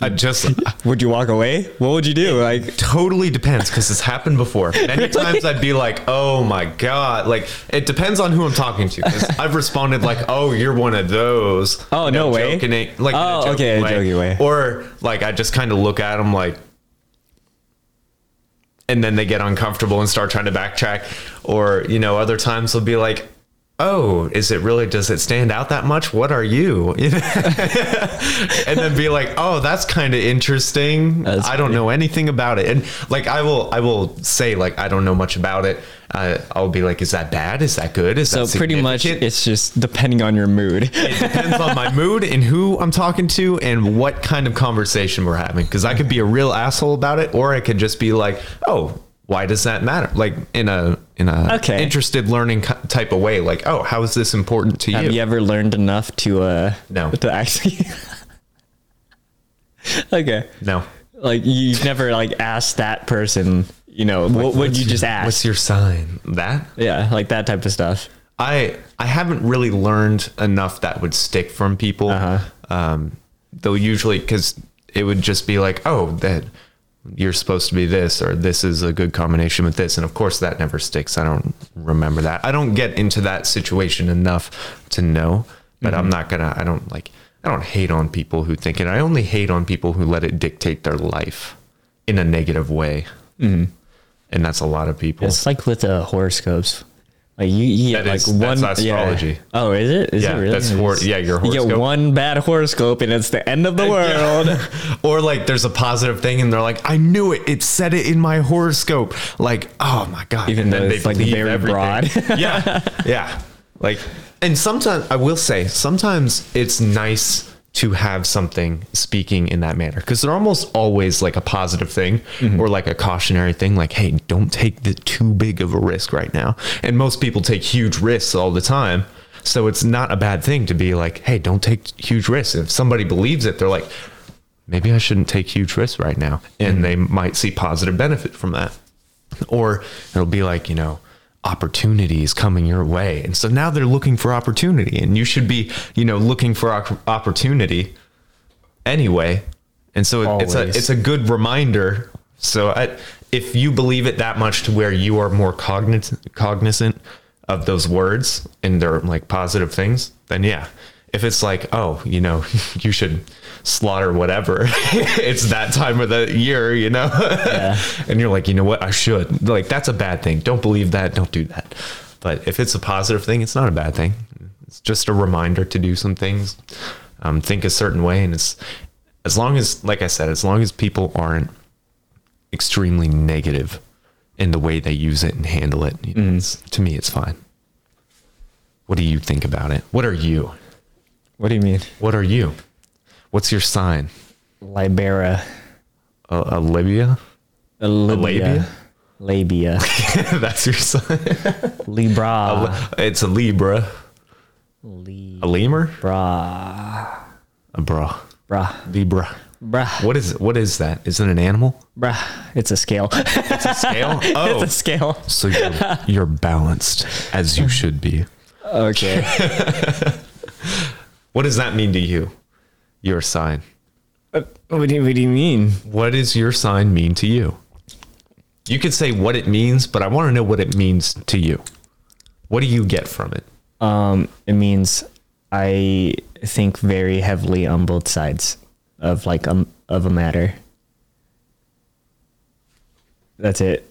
I just Would you walk away? What would you do? Like, totally depends because it's happened before. Many times I'd be like, oh my God. Like, it depends on who I'm talking to. 'cause I've responded like, oh, you're one of those. Oh, You no way. joking it- like, in Oh, okay, in a joking way. Or like, I just kind of look at them like, and then they get uncomfortable and start trying to backtrack. Or, you know, other times they'll be like, oh, is it really, does it stand out that much? What are you? [laughs] You know? and then be like, oh, that's kind of interesting. That's I don't know anything about it. And like, I will, I will say like, I don't know much about it. Uh, I'll be like, is that bad? Is that good? Is so that pretty much, significant?" it's just depending on your mood. it depends on my mood and who I'm talking to and what kind of conversation we're having. Because I could be a real asshole about it, or I could just be like, "Oh, why does that matter?" Like in a in a Okay. interested learning ki- type of way. Like, "Oh, how is this important to you?" Have you ever learned enough to uh No. to actually? [laughs] okay. No. Like you've never like asked that person, you know, what would What's you your- just ask? What's your sign? That yeah, like that type of stuff. I I haven't really learned enough that would stick from people. Um, they'll usually because it would just be like, oh, that you're supposed to be this or this is a good combination with this and of course that never sticks i don't remember that i don't get into that situation enough to know but i'm not gonna i don't like i don't hate on people who think it i only hate on people who let it dictate their life in a negative way and that's a lot of people It's like with the horoscopes. Like you, you get That like is- one that's yeah. astrology. Oh, is it? Is Yeah, it really? that's hor- yeah, your You get horoscope. one bad horoscope and it's the end [laughs] [laughs] of the world. or like there's a positive thing and they're like i knew it it said it in my horoscope like oh my god Even And though then it's, like, believe very broad. [laughs] [laughs] yeah yeah like and sometimes i will say sometimes it's nice to have something speaking in that manner because they're almost always like a positive thing or like a cautionary thing like hey don't take the too big of a risk right now and most people take huge risks all the time so it's not a bad thing to be like hey don't take huge risks if somebody believes it they're like maybe I shouldn't take huge risks right now. And they might see positive benefit from that. Or it'll be like, you know, opportunities coming your way. And so now they're looking for opportunity and you should be, you know, looking for op- opportunity anyway. And so it- it's a Always. it's a good reminder. So I, if you believe it that much to where you are more cognizant cognizant of those words and they're like positive things, then yeah. If it's like, oh, you know, [laughs] you should slaughter whatever. [laughs] it's that time of the year, you know. [laughs] and you're like, you know what? I should. Like that's a bad thing. Don't believe that. Don't do that. But if it's a positive thing, it's not a bad thing. It's just a reminder to do some things, um, think a certain way, and it's as long as, like I said, as long as people aren't extremely negative in the way they use it and handle it, you know, it's- to me, it's fine. What do you think about it? What are you? What do you mean, What are you? What's your sign? Libera? A, a Libya? A labia. labia? [laughs] Labia. [laughs] That's your sign. Libra. It's a Libra. Uh-huh. A lemur? Libra. A bra. Bra. Libra. Bra. What is what is that? Is it an animal? Bra. It's a scale. [laughs] [laughs] It's a scale. it's Oh, a scale. so you're, you're balanced as you should be. Okay. What does that mean to you? Your sign. [laughs] what, do you, what do you mean? What does your sign mean to you? You could say what it means, but I want to know what it means to you. What do you get from it? Um, it means I think very heavily on both sides of like um of a matter. That's it.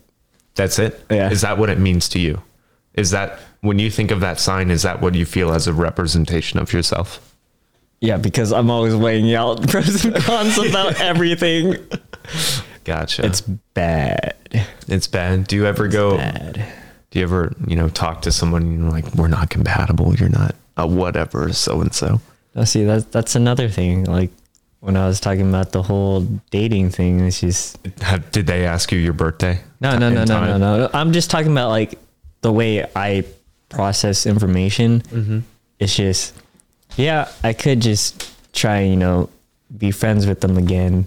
That's it. Yeah. Is that what it means to you? Is that when you think of that sign, is that what you feel as a representation of yourself? Yeah, because I'm always weighing out [laughs] pros and cons about everything. Gotcha. It's bad. it's bad. Do you ever go Bad. do you ever you know talk to someone and you're like we're not compatible you're not a whatever so and so Now, Oh, see, that's that's another thing. Like when I was talking about the whole dating thing, it's just Have- did they ask you your birthday no, no, In no, no, no, time? no. I'm just talking about like the way I process information. It's just, yeah, I could just try, you know, be friends with them again.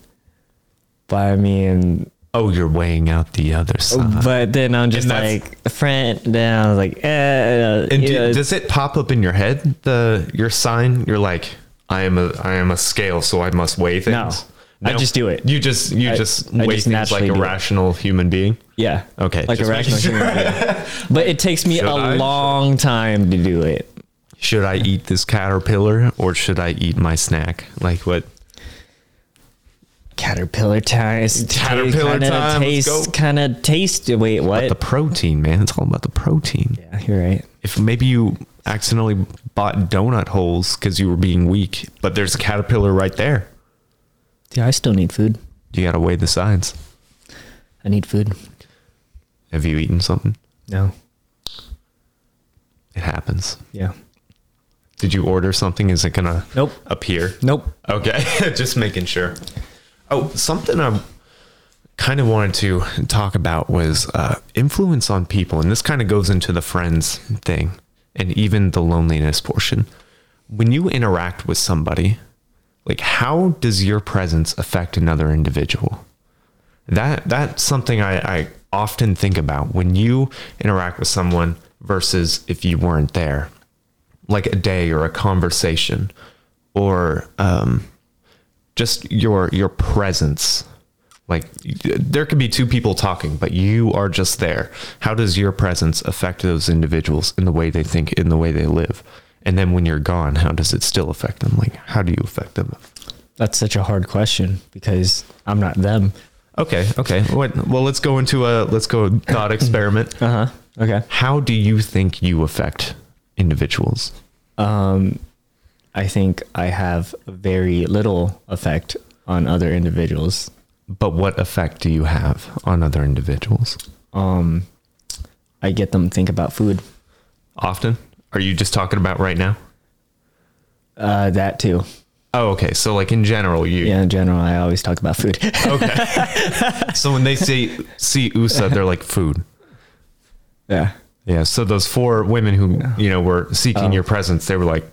But I mean, oh you're weighing out the other side but then I'm just and that's- like friend. Then I was like, eh, and and do- does it pop up in your head the your sign you're like i am a i am a scale so i must weigh things I just do it. you just you I- just I weigh just things like naturally a do it. rational human being yeah, Okay, like a just making rational human. being. But it takes me Should a I? long time to do it. should i eat this caterpillar or should i eat my snack like what Caterpillar time. it's ta- Caterpillar kinda time, let's go. Taste kind of taste. Wait, what? the protein man it's all about the protein yeah, you're right. if maybe you accidentally bought donut holes because you were being weak, but there's a caterpillar right there. Yeah, I still need food. You got to weigh the signs. I need food. Have you eaten something? No. It happens. Yeah. Did you order something? Is it gonna Nope. appear? Nope. Okay, [laughs] just making sure. Oh, something I kind of wanted to talk about was uh, influence on people, and this kind of goes into the friends thing and even the loneliness portion. When you interact with somebody, like how does your presence affect another individual? That that's something I, I often think about when you interact with someone versus if you weren't there, like a day or a conversation, or um, just your your presence Like y- there could be two people talking, but you are just there. How does your presence affect those individuals in the way they think, in the way they live? And then when you're gone, how does it still affect them? Like how do you affect them? That's such a hard question because I'm not them. Okay, okay. Wait, well, let's go into a let's go [clears throat] thought experiment. Uh huh. Okay. How do you think you affect individuals? Um, I think I have very little effect on other individuals. But what effect do you have on other individuals? Um, I get them to think about food. Often? Are you just talking about right now? Uh, that too. Oh, okay. So like in general, you Yeah, in general, I always talk about food. [laughs] okay. so when they say see USA, they're like food. yeah, Yeah. So those four women who you know were seeking your presence, they were like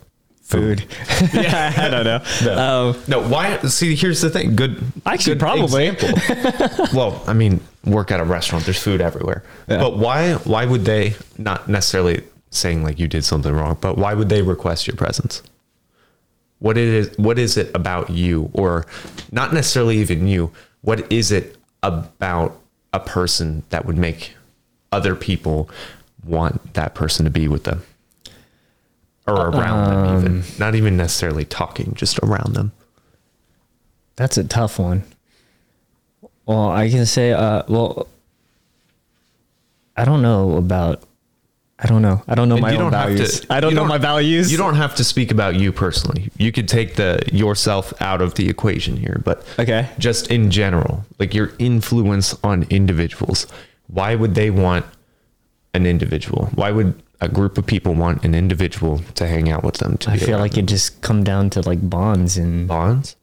Oh. food. [laughs] [laughs] I don't know. Um, No, why? See, here's the thing. Good. Actually, good probably. example. well, I mean, work at a restaurant. There's food everywhere. Yeah. But why? Why would they not necessarily saying like you did something wrong? But why would they request your presence? What it is? What is it about you, or not necessarily even you? What is it about a person that would make other people want that person to be with them? Or around them, even not even necessarily talking, just around them. that's a tough one. Well, I can say, uh, well, I don't know about. I don't know. I don't know And my you own don't have values. to- I don't you know my values. You don't have to speak about you personally. You could take the yourself out of the equation here, but Okay. just in general, like your influence on individuals. Why would they want an individual? Why would a group of people want an individual to hang out with them? To I be feel around like it just come down to like bonds and bonds.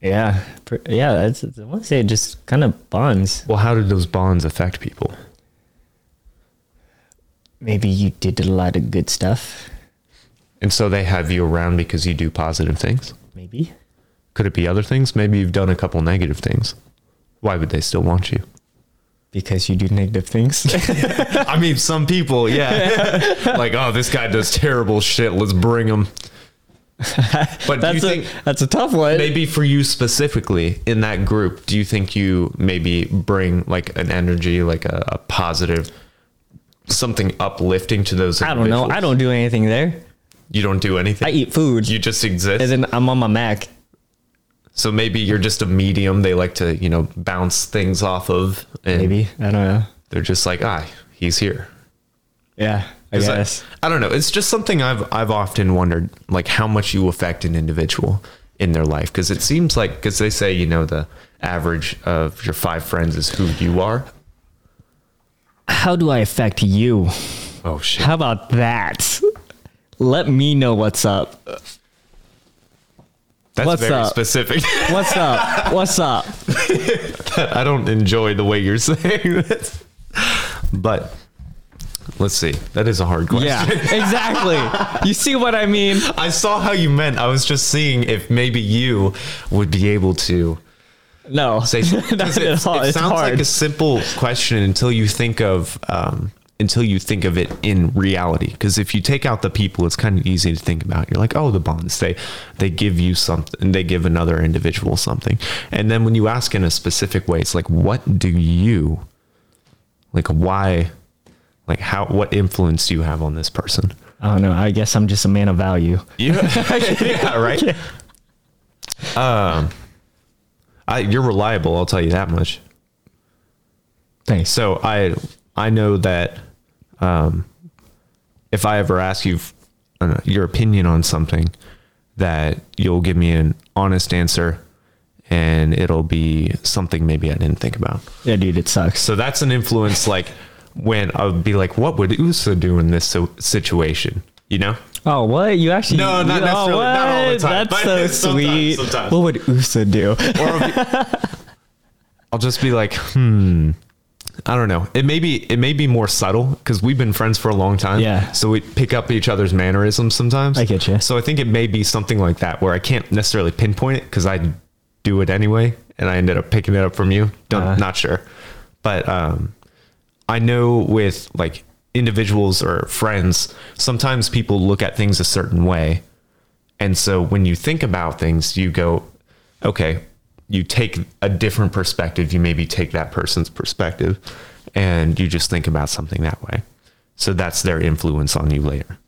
yeah, pr- yeah. That's, I want to say it just kind of bonds. Well, how did those bonds affect people? Maybe you did a lot of good stuff. And so they have you around because you do positive things. Maybe Could it be other things? Maybe you've done a couple negative things. Why would they still want you? because you do [laughs] negative things. I mean, some people, yeah. like, oh, this guy does terrible shit. Let's bring him. But do you [laughs] that's a think that's a tough one. maybe for you specifically in that group, do you think you maybe bring like an energy, like a, a positive, something uplifting to those? I don't know. I individuals? don't do anything there. You don't do anything. I eat food you just exist. and then I'm on my Mac. so maybe you're just a medium. They like to, you know, bounce things off of. And Maybe I don't know. they're just like, ah, he's here. Yeah, I It's like- guess. I don't know. It's just something I've I've often wondered, like how much you affect an individual in their life, because it seems like because they say you know the average of your five friends is who you are. How do I affect you? Oh shit! How about that? Let me know what's up. That's what's very up? specific. [laughs] What's up? What's up? I don't enjoy the way you're [laughs] saying this, but let's see. That is a hard question. [laughs] Yeah, exactly. You see what I mean? I saw how you meant. I was just seeing if maybe you would be able to No. [laughs] say Not because at it's- all. it It's sounds hard. like a simple question until you think of um, until you think of it in reality because if you take out the people it's kind of easy to think about you're like oh the bonds they they give you something they give another individual something and then when you ask in a specific way it's like what do you like why like how what influence do you have on this person I don't know. I guess I'm just a man of value. yeah, [laughs] yeah [laughs] right um I, you're reliable i'll tell you that much Thanks. so I I know that um, if I ever ask you I don't know, your opinion on something, that you'll give me an honest answer, and it'll be something maybe I didn't think about. Yeah, dude, it sucks. So that's an influence. like when I would be like, what would Usa do in this so- situation? You know, Oh, what? You actually? No, not you- oh, necessarily, not all the what? time, That's so but [laughs] sometimes, sweet. sometimes. What would Usa do? or I'll, be- I'll just be like, hmm. I don't know. It may be it may be more subtle because we've been friends for a long time. Yeah. So we pick up each other's mannerisms sometimes. I get ya. So I think it may be something like that where I can't necessarily pinpoint it because I do it anyway, and I ended up picking it up from you. Don't Uh-huh. not sure, but um, I know with like individuals or friends, sometimes people look at things a certain way. And so when you think about things, you go, okay, you take a different perspective. You maybe take that person's perspective, and you just think about something that way. So that's their influence on you later.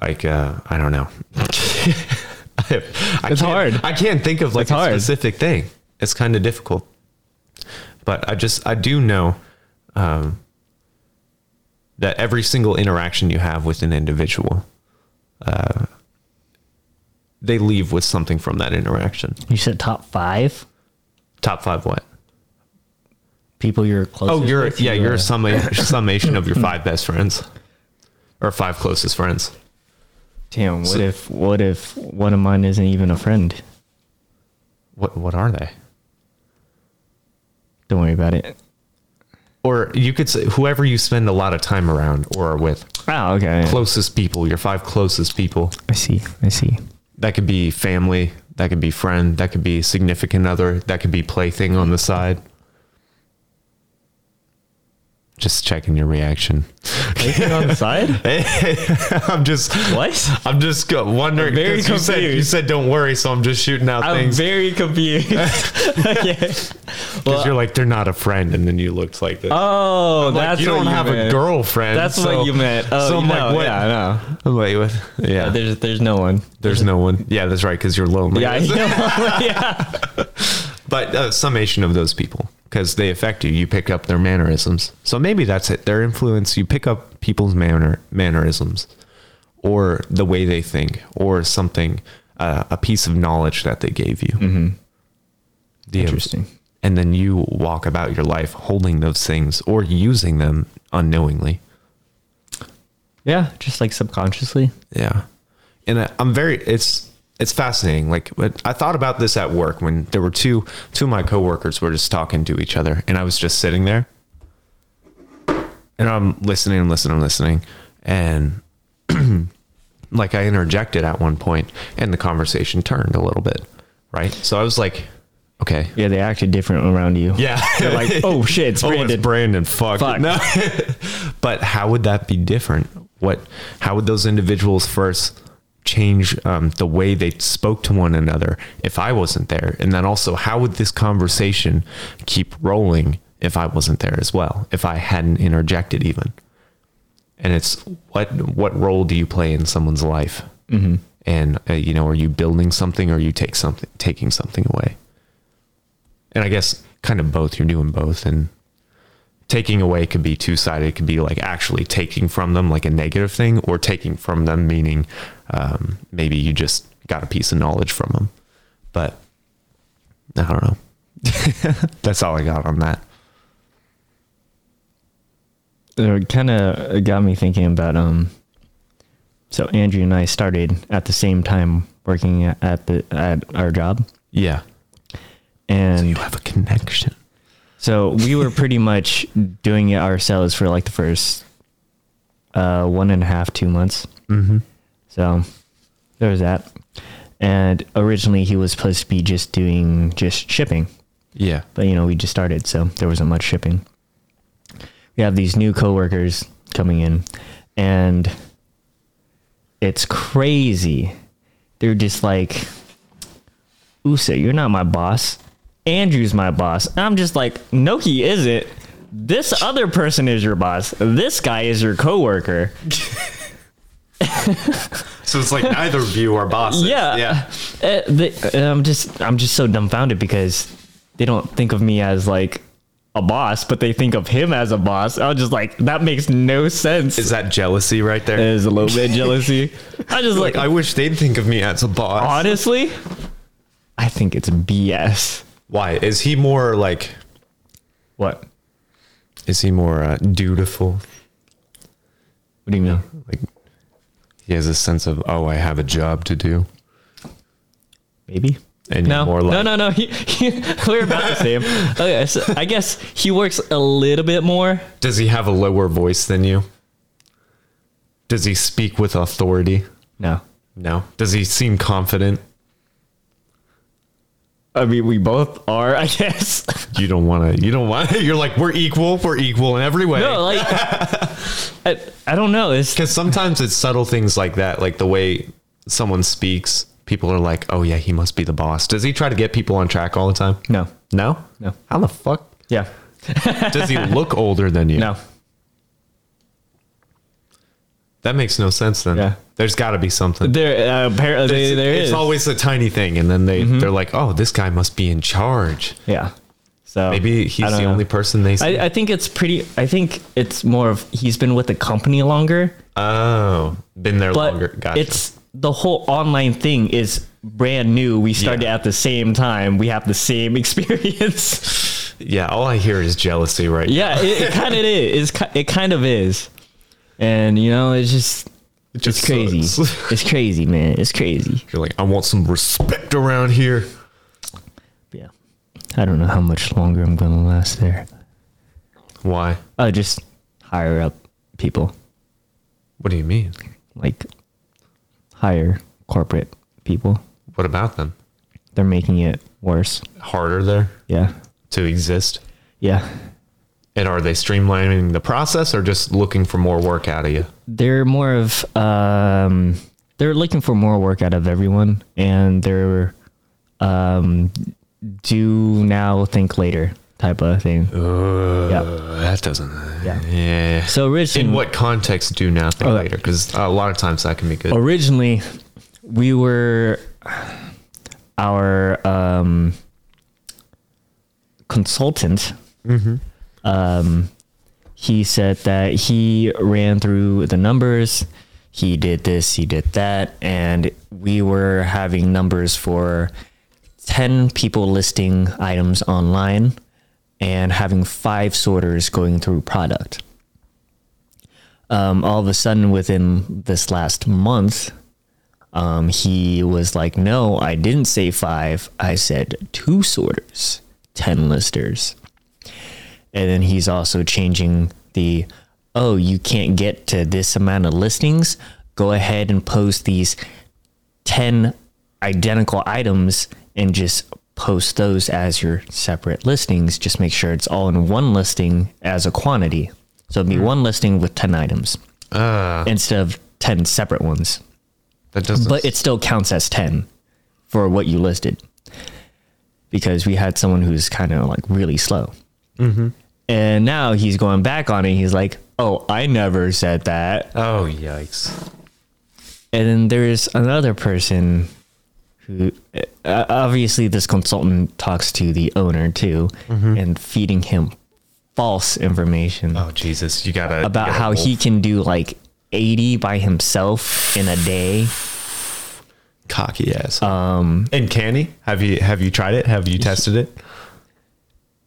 Like uh, I don't know. [laughs] I, It's can't- hard. I can't think of like It's a hard. specific thing. It's kind of difficult. But I just I do know um, that every single interaction you have with an individual, uh, they leave with something from that interaction. You said top five Top five what? people you're close. Oh, you're with, yeah, you you're were- a summa- [laughs] summation of your five best friends, or five closest friends. Damn. What if what if one of mine isn't even a friend? What what are they? Don't worry about it. Or you could say whoever you spend a lot of time around or are with. Oh, okay. Closest people, your five closest people. I see. I see. That could be family, that could be friend, that could be significant other, that could be plaything on the side. Just checking your [laughs] reaction. Anything on the side? I'm just [laughs] What? I'm just go- wondering. I'm very 'cause you said you confused. said don't worry, so I'm just shooting out I'm things. [laughs] very confused. okay. Because you're like, they're not a friend. And then you looked like this. Oh, Like, that's you don't what have a meant. girlfriend. That's so- what you meant. Oh, so I'm no, like, what? yeah, I know. I'm like, what? Yeah. there's, There's there's no one. no one. Yeah, that's right. Because you're lonely. [laughs] Yeah, [laughs] yeah. But uh, summation of those people because they affect you. You pick up their mannerisms. So maybe that's it. Their influence. You pick up people's manner mannerisms, or the way they think, or something, uh, a piece of knowledge that they gave you. The- Interesting. And then you walk about your life holding those things or using them unknowingly. Yeah, just like subconsciously. Yeah. And I- I'm very it's it's fascinating. Like but I thought about this at work when there were two two of my coworkers were just talking to each other and I was just sitting there. And I'm listening and listening and listening and [clears throat] like I interjected at one point and the conversation turned a little bit, right? So I was like, okay. Yeah, they acted different around you. Yeah. [laughs] They're like, oh shit, it's Oh, Brandon. it's Brandon. Fuck. Fuck. No. [laughs] but how would that be different? What? How would those individuals first change um, the way they spoke to one another if I wasn't there? And then also, how would this conversation keep rolling if I wasn't there as well? If I hadn't interjected even? And it's what what role do you play in someone's life? Mm-hmm. And uh, you know, are you building something, or are you take something taking something away? and I guess kind of both. You're doing both, and taking away could be two sided. It could be like actually taking from them, like a negative thing, or taking from them, meaning um, maybe you just got a piece of knowledge from them. But I don't [laughs] know. That's all I got on that. it kind of uh, got me thinking about um so andrew and i started at the same time working at- at the at our job Yeah, and you have a connection. so we were pretty much doing it ourselves for like the first uh one and a half two months Mm-hmm. so there was that and originally he was supposed to be just doing just shipping Yeah, but you know we just started so there wasn't much shipping we have these new coworkers coming in and it's crazy they're just like usa you're not my boss andrew's my boss and i'm just like no he isn't this other person is your boss this guy is your coworker so it's like neither of you are bosses. Yeah. Uh, the, uh, I'm just I'm just so dumbfounded because they don't think of me as like a boss, but they think of him as a boss. I was just like, that makes no sense. Is that jealousy right there? There's a little bit of jealousy. [laughs] I just [laughs] like, like I wish they'd think of me as a boss. honestly, I think it's BS. Why is he more like? What? What Is he more uh, dutiful? do you mean? like he has a sense of oh i have a job to do Maybe. and No, you're more like no, no, [laughs] no. He, he, we're about the [laughs] same. Okay, so I guess he works a little bit more. does he have a lower voice than you does he speak with authority No, no does he seem confident I mean we both are. I guess. [laughs] you don't want to you don't want to [laughs] you're like we're equal we're equal in every way No, like [laughs] I, I don't know. It's because sometimes it's subtle things like that like the way someone speaks people are like, "Oh yeah, he must be the boss." Does he try to get people on track all the time? No. No. No. How the fuck Yeah. does he look older than you? No. That makes no sense. Then Yeah. there's got to be something. There uh, apparently It's, there it's is. Mm-hmm. always a tiny thing, and then they they're like, "Oh, this guy must be in charge." yeah. So Maybe I he's don't the know. only person they see. I, I think it's pretty. I think it's more of he's been with the company longer, oh, been there but longer. Gotcha. it's the whole online thing is brand new. We started Yeah. at the same time. We have the same [laughs] experience. yeah. All I hear is jealousy, right? yeah, it, it kind of is. It's ki- It kind of is, and you know, it's just. It It's just crazy. sucks. [laughs] it's crazy, man. It's crazy. You're like, I want some respect around here. Yeah. I don't know how much longer I'm going to last there. Why? Oh, just higher up people, What do you mean? like higher corporate people. What about them? They're making it worse. Harder there Yeah. to exist? Yeah. And are they streamlining the process or just looking for more work out of you? They're more of, um, they're looking for more work out of everyone and they're, um, do now, think later type of thing. Uh, That doesn't. Yeah. Yeah. So originally, In what context do now think Oh, later? Because a lot of times that can be good. originally we were our um, consultant um, he said that he ran through the numbers he did this he did that and we were having numbers for 10 people listing items online and having five sorters going through product um, all of a sudden within this last month um, he was like no i didn't say five i said two sorters 10 listers and then he's also changing the oh you can't get to this amount of listings go ahead and post these 10 identical items and just post those as your separate listings. Just make sure it's all in one listing as a quantity. So it'd be one listing with 10 items instead of 10 separate ones, That doesn't. but it still counts as 10 for what you listed because we had someone who's kind of like really slow. And now he's going back on it. He's like, oh, I never said that. oh, yikes. And then there's another person who uh, obviously this consultant talks to the owner too and feeding him false information Mm-hmm. Oh, Jesus. You got to. about how he can do like 80 by himself in a day. Cocky ass. Um, and can he? Have you have you tried it? Have you tested it?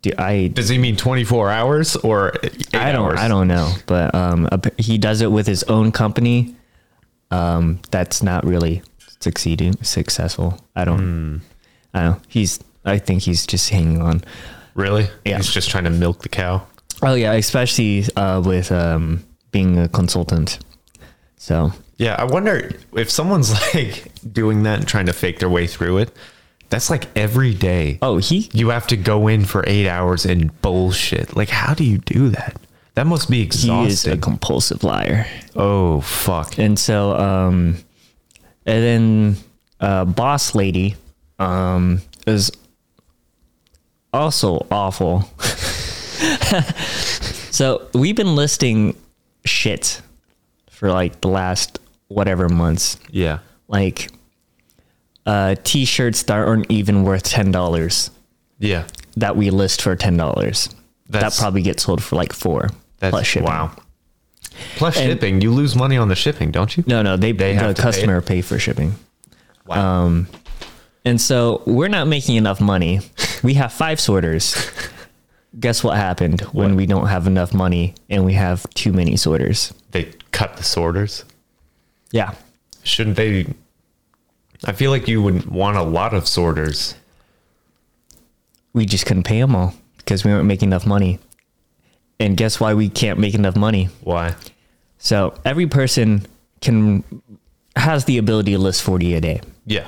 Dude, I Does he mean 24 hours or eight I don't hours? I don't know, but um ap- he does it with his own company. Um that's not really succeeding successful. I Hmm. don't I don't know. He's I think he's just hanging on. Really? Yeah. He's just trying to milk the cow. Oh yeah, especially uh, with um, being a consultant. So Yeah, I wonder if someone's [laughs] like doing that and trying to fake their way through it. That's like every day. oh he You have to go in for eight hours and bullshit. Like, how do you do that? That must be he is a exhausting. compulsive liar, oh fuck! and so um, and then uh, boss lady um, is also awful. [laughs] so we've been listing shit for like the last whatever months. Yeah, like uh, t-shirts that aren't even worth ten dollars yeah. that we list for ten dollars. That That's- probably gets sold for like four That's plus shipping. wow. Plus shipping, you lose money on the shipping, don't you? No, no, they, They have the to pay it? customer pay, for shipping, Wow. um, and so we're not making enough money. we have five [laughs] sorters. Guess what happened when we don't have enough money and we have too many sorters? they cut the sorters. Yeah, Shouldn't they? I feel like you would want a lot of sorters. we just couldn't pay them all because we weren't making enough money. And guess why we can't make enough money? Why? So every person can has the ability to list 40 a day. Yeah.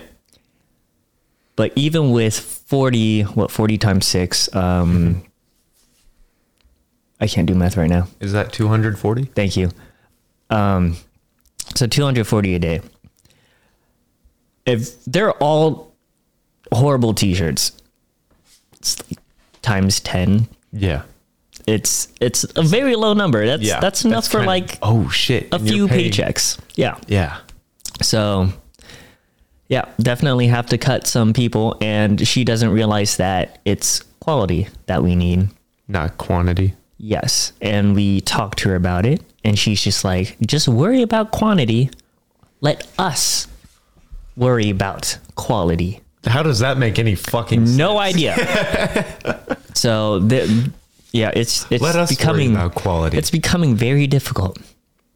But even with 40, what 40 times 6 um I can't do math right now. Is that 240? Thank you. Um so 240 a day. if they're all horrible t-shirts it's like times 10 Yeah. it's it's a very low number that's Yeah. that's enough for kinda- like oh shit. a and you're few paying- paychecks yeah Yeah. so yeah definitely have to cut some people and she doesn't realize that it's quality that we need Not quantity. Yes. And we talked to her about it. And she's just like, just worry about quantity. Let us worry about quality. How does that make any fucking sense? No [laughs] idea. so, the, yeah, it's, it's Let us becoming, worry about quality. it's becoming very difficult.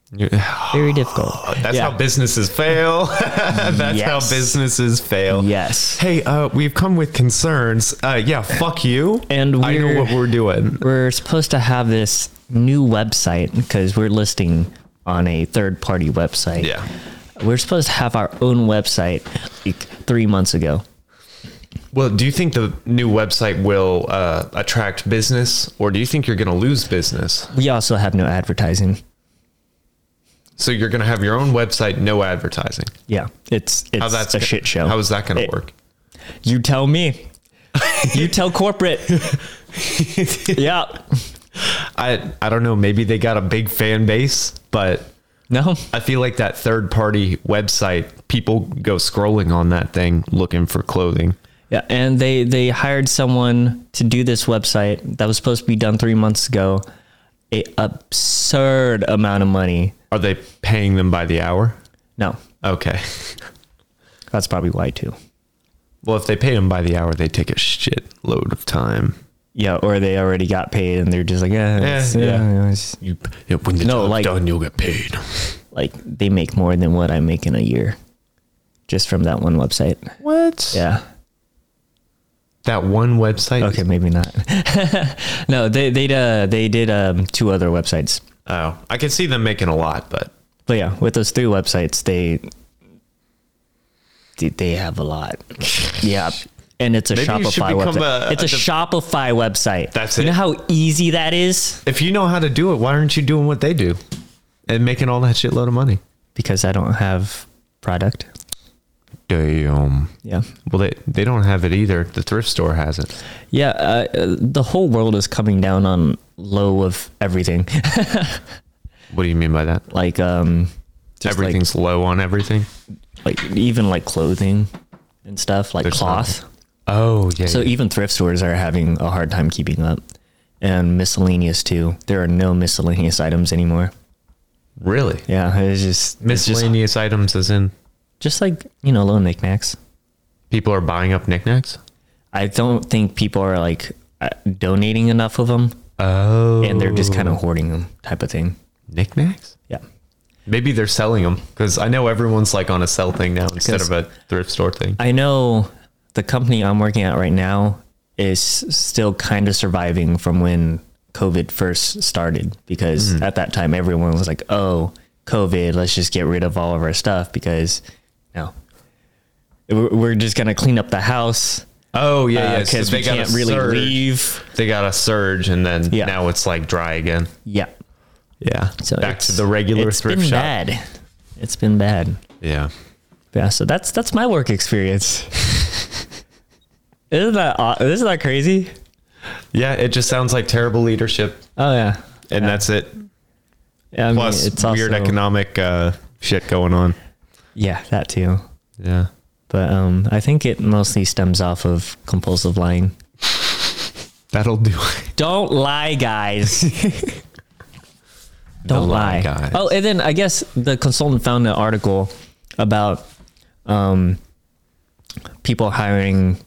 [sighs] Very difficult. That's how Yeah. businesses fail. [laughs] That's Yes. how businesses fail. Yes. Hey, uh, we've come with concerns. Uh, yeah, fuck you. And I know we're- what we're doing. We're supposed to have this new website because we're listing on a third party website. Yeah. We're supposed to have our own website like three months ago. Well, do you think the new website will uh, attract business, or do you think you're going to lose business? We also have no advertising. So you're going to have your own website, no advertising. Yeah, it's it's How that's a gonna- shit show. How is that going It- to work? You tell me. you [laughs] tell corporate. yeah. I I don't know. Maybe they got a big fan base, but No. I feel like that third party website, people go scrolling on that thing looking for clothing. Yeah, and they they hired someone to do this website that was supposed to be done three months ago. A absurd amount of money. Are they paying them by the hour? No, Okay. [laughs] that's probably why too. Well, if they pay them by the hour, they take a shit load of time. Yeah, or they already got paid and they're just like, eh, it's- yeah. yeah, it's- You, when the No, job's like- done, you'll get paid. like they make more than what I make in a year, just from that one website. What? Yeah. That one website. Okay, maybe not. [laughs] no, they they uh, they did um, two other websites, Oh, I can see them making a lot, but but yeah, with those three websites, they they, they have a lot. yeah, and it's a Maybe you should Shopify become website. a- it's a, a dev- Shopify website. That's You it. know how easy that is? if you know how to do it, why aren't you doing what they do and making all that shitload of money? Because I don't have product. Damn. Yeah, Well, they, they don't have it either. The thrift store has it. yeah. Uh, uh, the whole world is coming down on low of everything. [laughs] What do you mean by that? like um, just like- Everything's low on everything. like, even like clothing and stuff like There's cloth. nothing. Oh yeah. So e- even thrift stores are having a hard time keeping up, and miscellaneous too. There are no miscellaneous items anymore. really, Yeah, it's just it's just, miscellaneous items, as in just like you know little knickknacks. people are buying up knickknacks. I don't think people are like uh, donating enough of them, Oh, and they're just kind of hoarding them, type of thing. knickknacks. Yeah, Maybe they're selling them because I know everyone's like on a sell thing now instead 'Cause- of a thrift store thing. I know the company I'm working at right now is still kind of surviving from when COVID first started because Mm-hmm. at that time everyone was like, "Oh, COVID, let's just get rid of all of our stuff because no, we're we're just gonna clean up the house Oh yeah, yeah. because so we got a Uh, can't really surge. leave." They got a surge, and then Yeah. now it's like dry again. Yeah, Yeah, so back to it's- the regular it's thrift been shop. Bad. It's been bad. Yeah, Yeah, so that's that's my [laughs] work experience. Isn't that aw- isn't that crazy? yeah. It just sounds like terrible leadership, Oh yeah. and that's it. Yeah, I mean, Plus weird also- economic uh, shit going on. Yeah, that too. Yeah. But um, I think it mostly stems off of compulsive lying. That'll do [laughs] it. Don't lie, [laughs] guys. Don't lie, lie. guys. Oh, and then I guess the consultant found an article about um, people hiring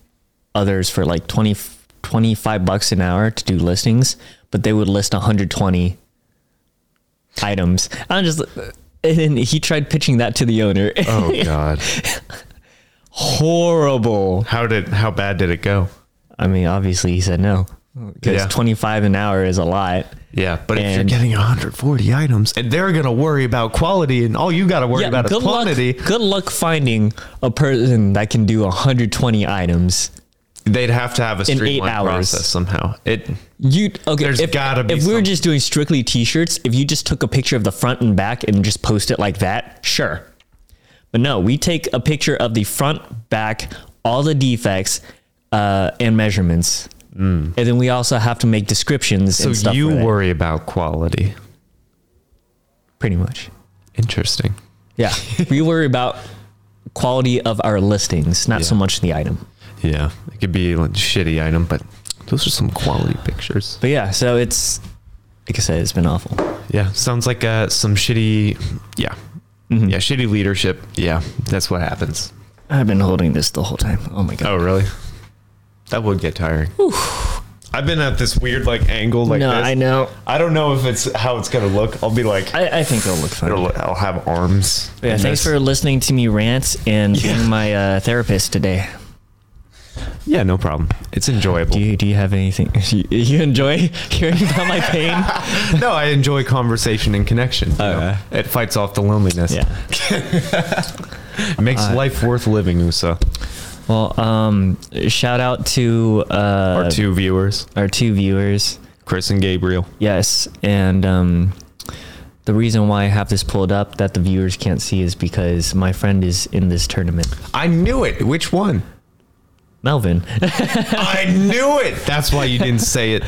others for like 20, 25 bucks an hour to do listings, but they would list 120 items. I'm just, and then he tried pitching that to the owner. Oh God! Horrible. How did how bad did it go? I mean, obviously he said no because Yeah. 25 an hour is a lot. Yeah, but if you're And- getting 140 items and they're gonna worry about quality, and all you gotta worry about is good luck, quantity, good luck finding a person that can do 120 items. they'd have to have a eight streamlined hours. process somehow. It You okay? There's if, gotta be if we were some- just doing strictly t-shirts, if you just took a picture of the front and back and just post it like that, sure. But no, we take a picture of the front, back, all the defects, uh, and measurements. And then we also have to make descriptions and Hmm. So stuff. you for that, worry about quality. pretty much. Interesting. Yeah. [laughs] we worry about quality of our listings, not so much the item. Yeah, it could be a shitty item, but those are some quality pictures. But yeah, so it's like I said, it's been awful. Yeah, sounds like uh, some shitty. Yeah, Mm-hmm. yeah, shitty leadership. Yeah, that's what happens. I've been holding this the whole time. Oh my god. Oh, really? That would get tiring. I've been at this weird like angle Oh, like no, this. I know. I don't know if it's how it's gonna look. I'll be like, I, I think it'll look fine. it'll, I'll have arms. yeah, in thanks this. for listening to me rant and Yeah. being my uh, therapist today. Yeah, no problem. It's enjoyable. Do you, do you have anything? [laughs] You, you enjoy [laughs] hearing about my pain? [laughs] no, I enjoy conversation and connection. you know? It fights off the loneliness. [laughs] Oh, yeah. Uh, It makes life worth living, Usa. Well, um, shout out to uh, Our two viewers, our two viewers. Chris and Gabriel. Yes, and um, the reason why I have this pulled up that the viewers can't see is because my friend is in this tournament, I knew it. Which [laughs] one? Melvin. [laughs] I knew it. That's why you didn't say it.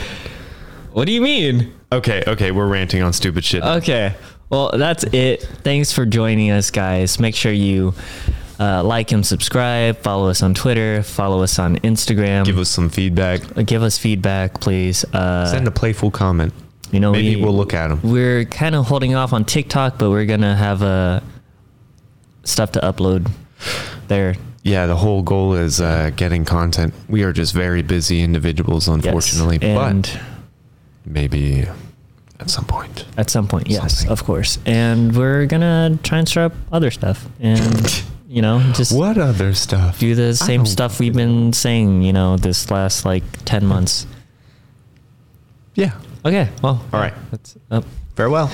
what do you mean? Okay, okay, we're ranting on stupid shit. Okay. Well, that's it. Thanks for joining us, guys. Make sure you uh, like and subscribe. Follow us on Twitter. Follow us on Instagram. Give us some feedback. Uh, give us feedback, please. Uh, Send a playful comment. you know, Maybe we, we'll look at them. We're kind of holding off on TikTok, but we're gonna have uh, stuff to upload there. Yeah, the whole goal is uh, getting content. We are just very busy individuals, Yes. unfortunately. and But maybe at some point. at some point, yes, Something. of course. And we're gonna try and start up other stuff, and you know, just What other stuff? do the I don't- same stuff we've been saying, you know, this last like 10 months. Yeah. Okay, well. All right. That's, oh, Farewell.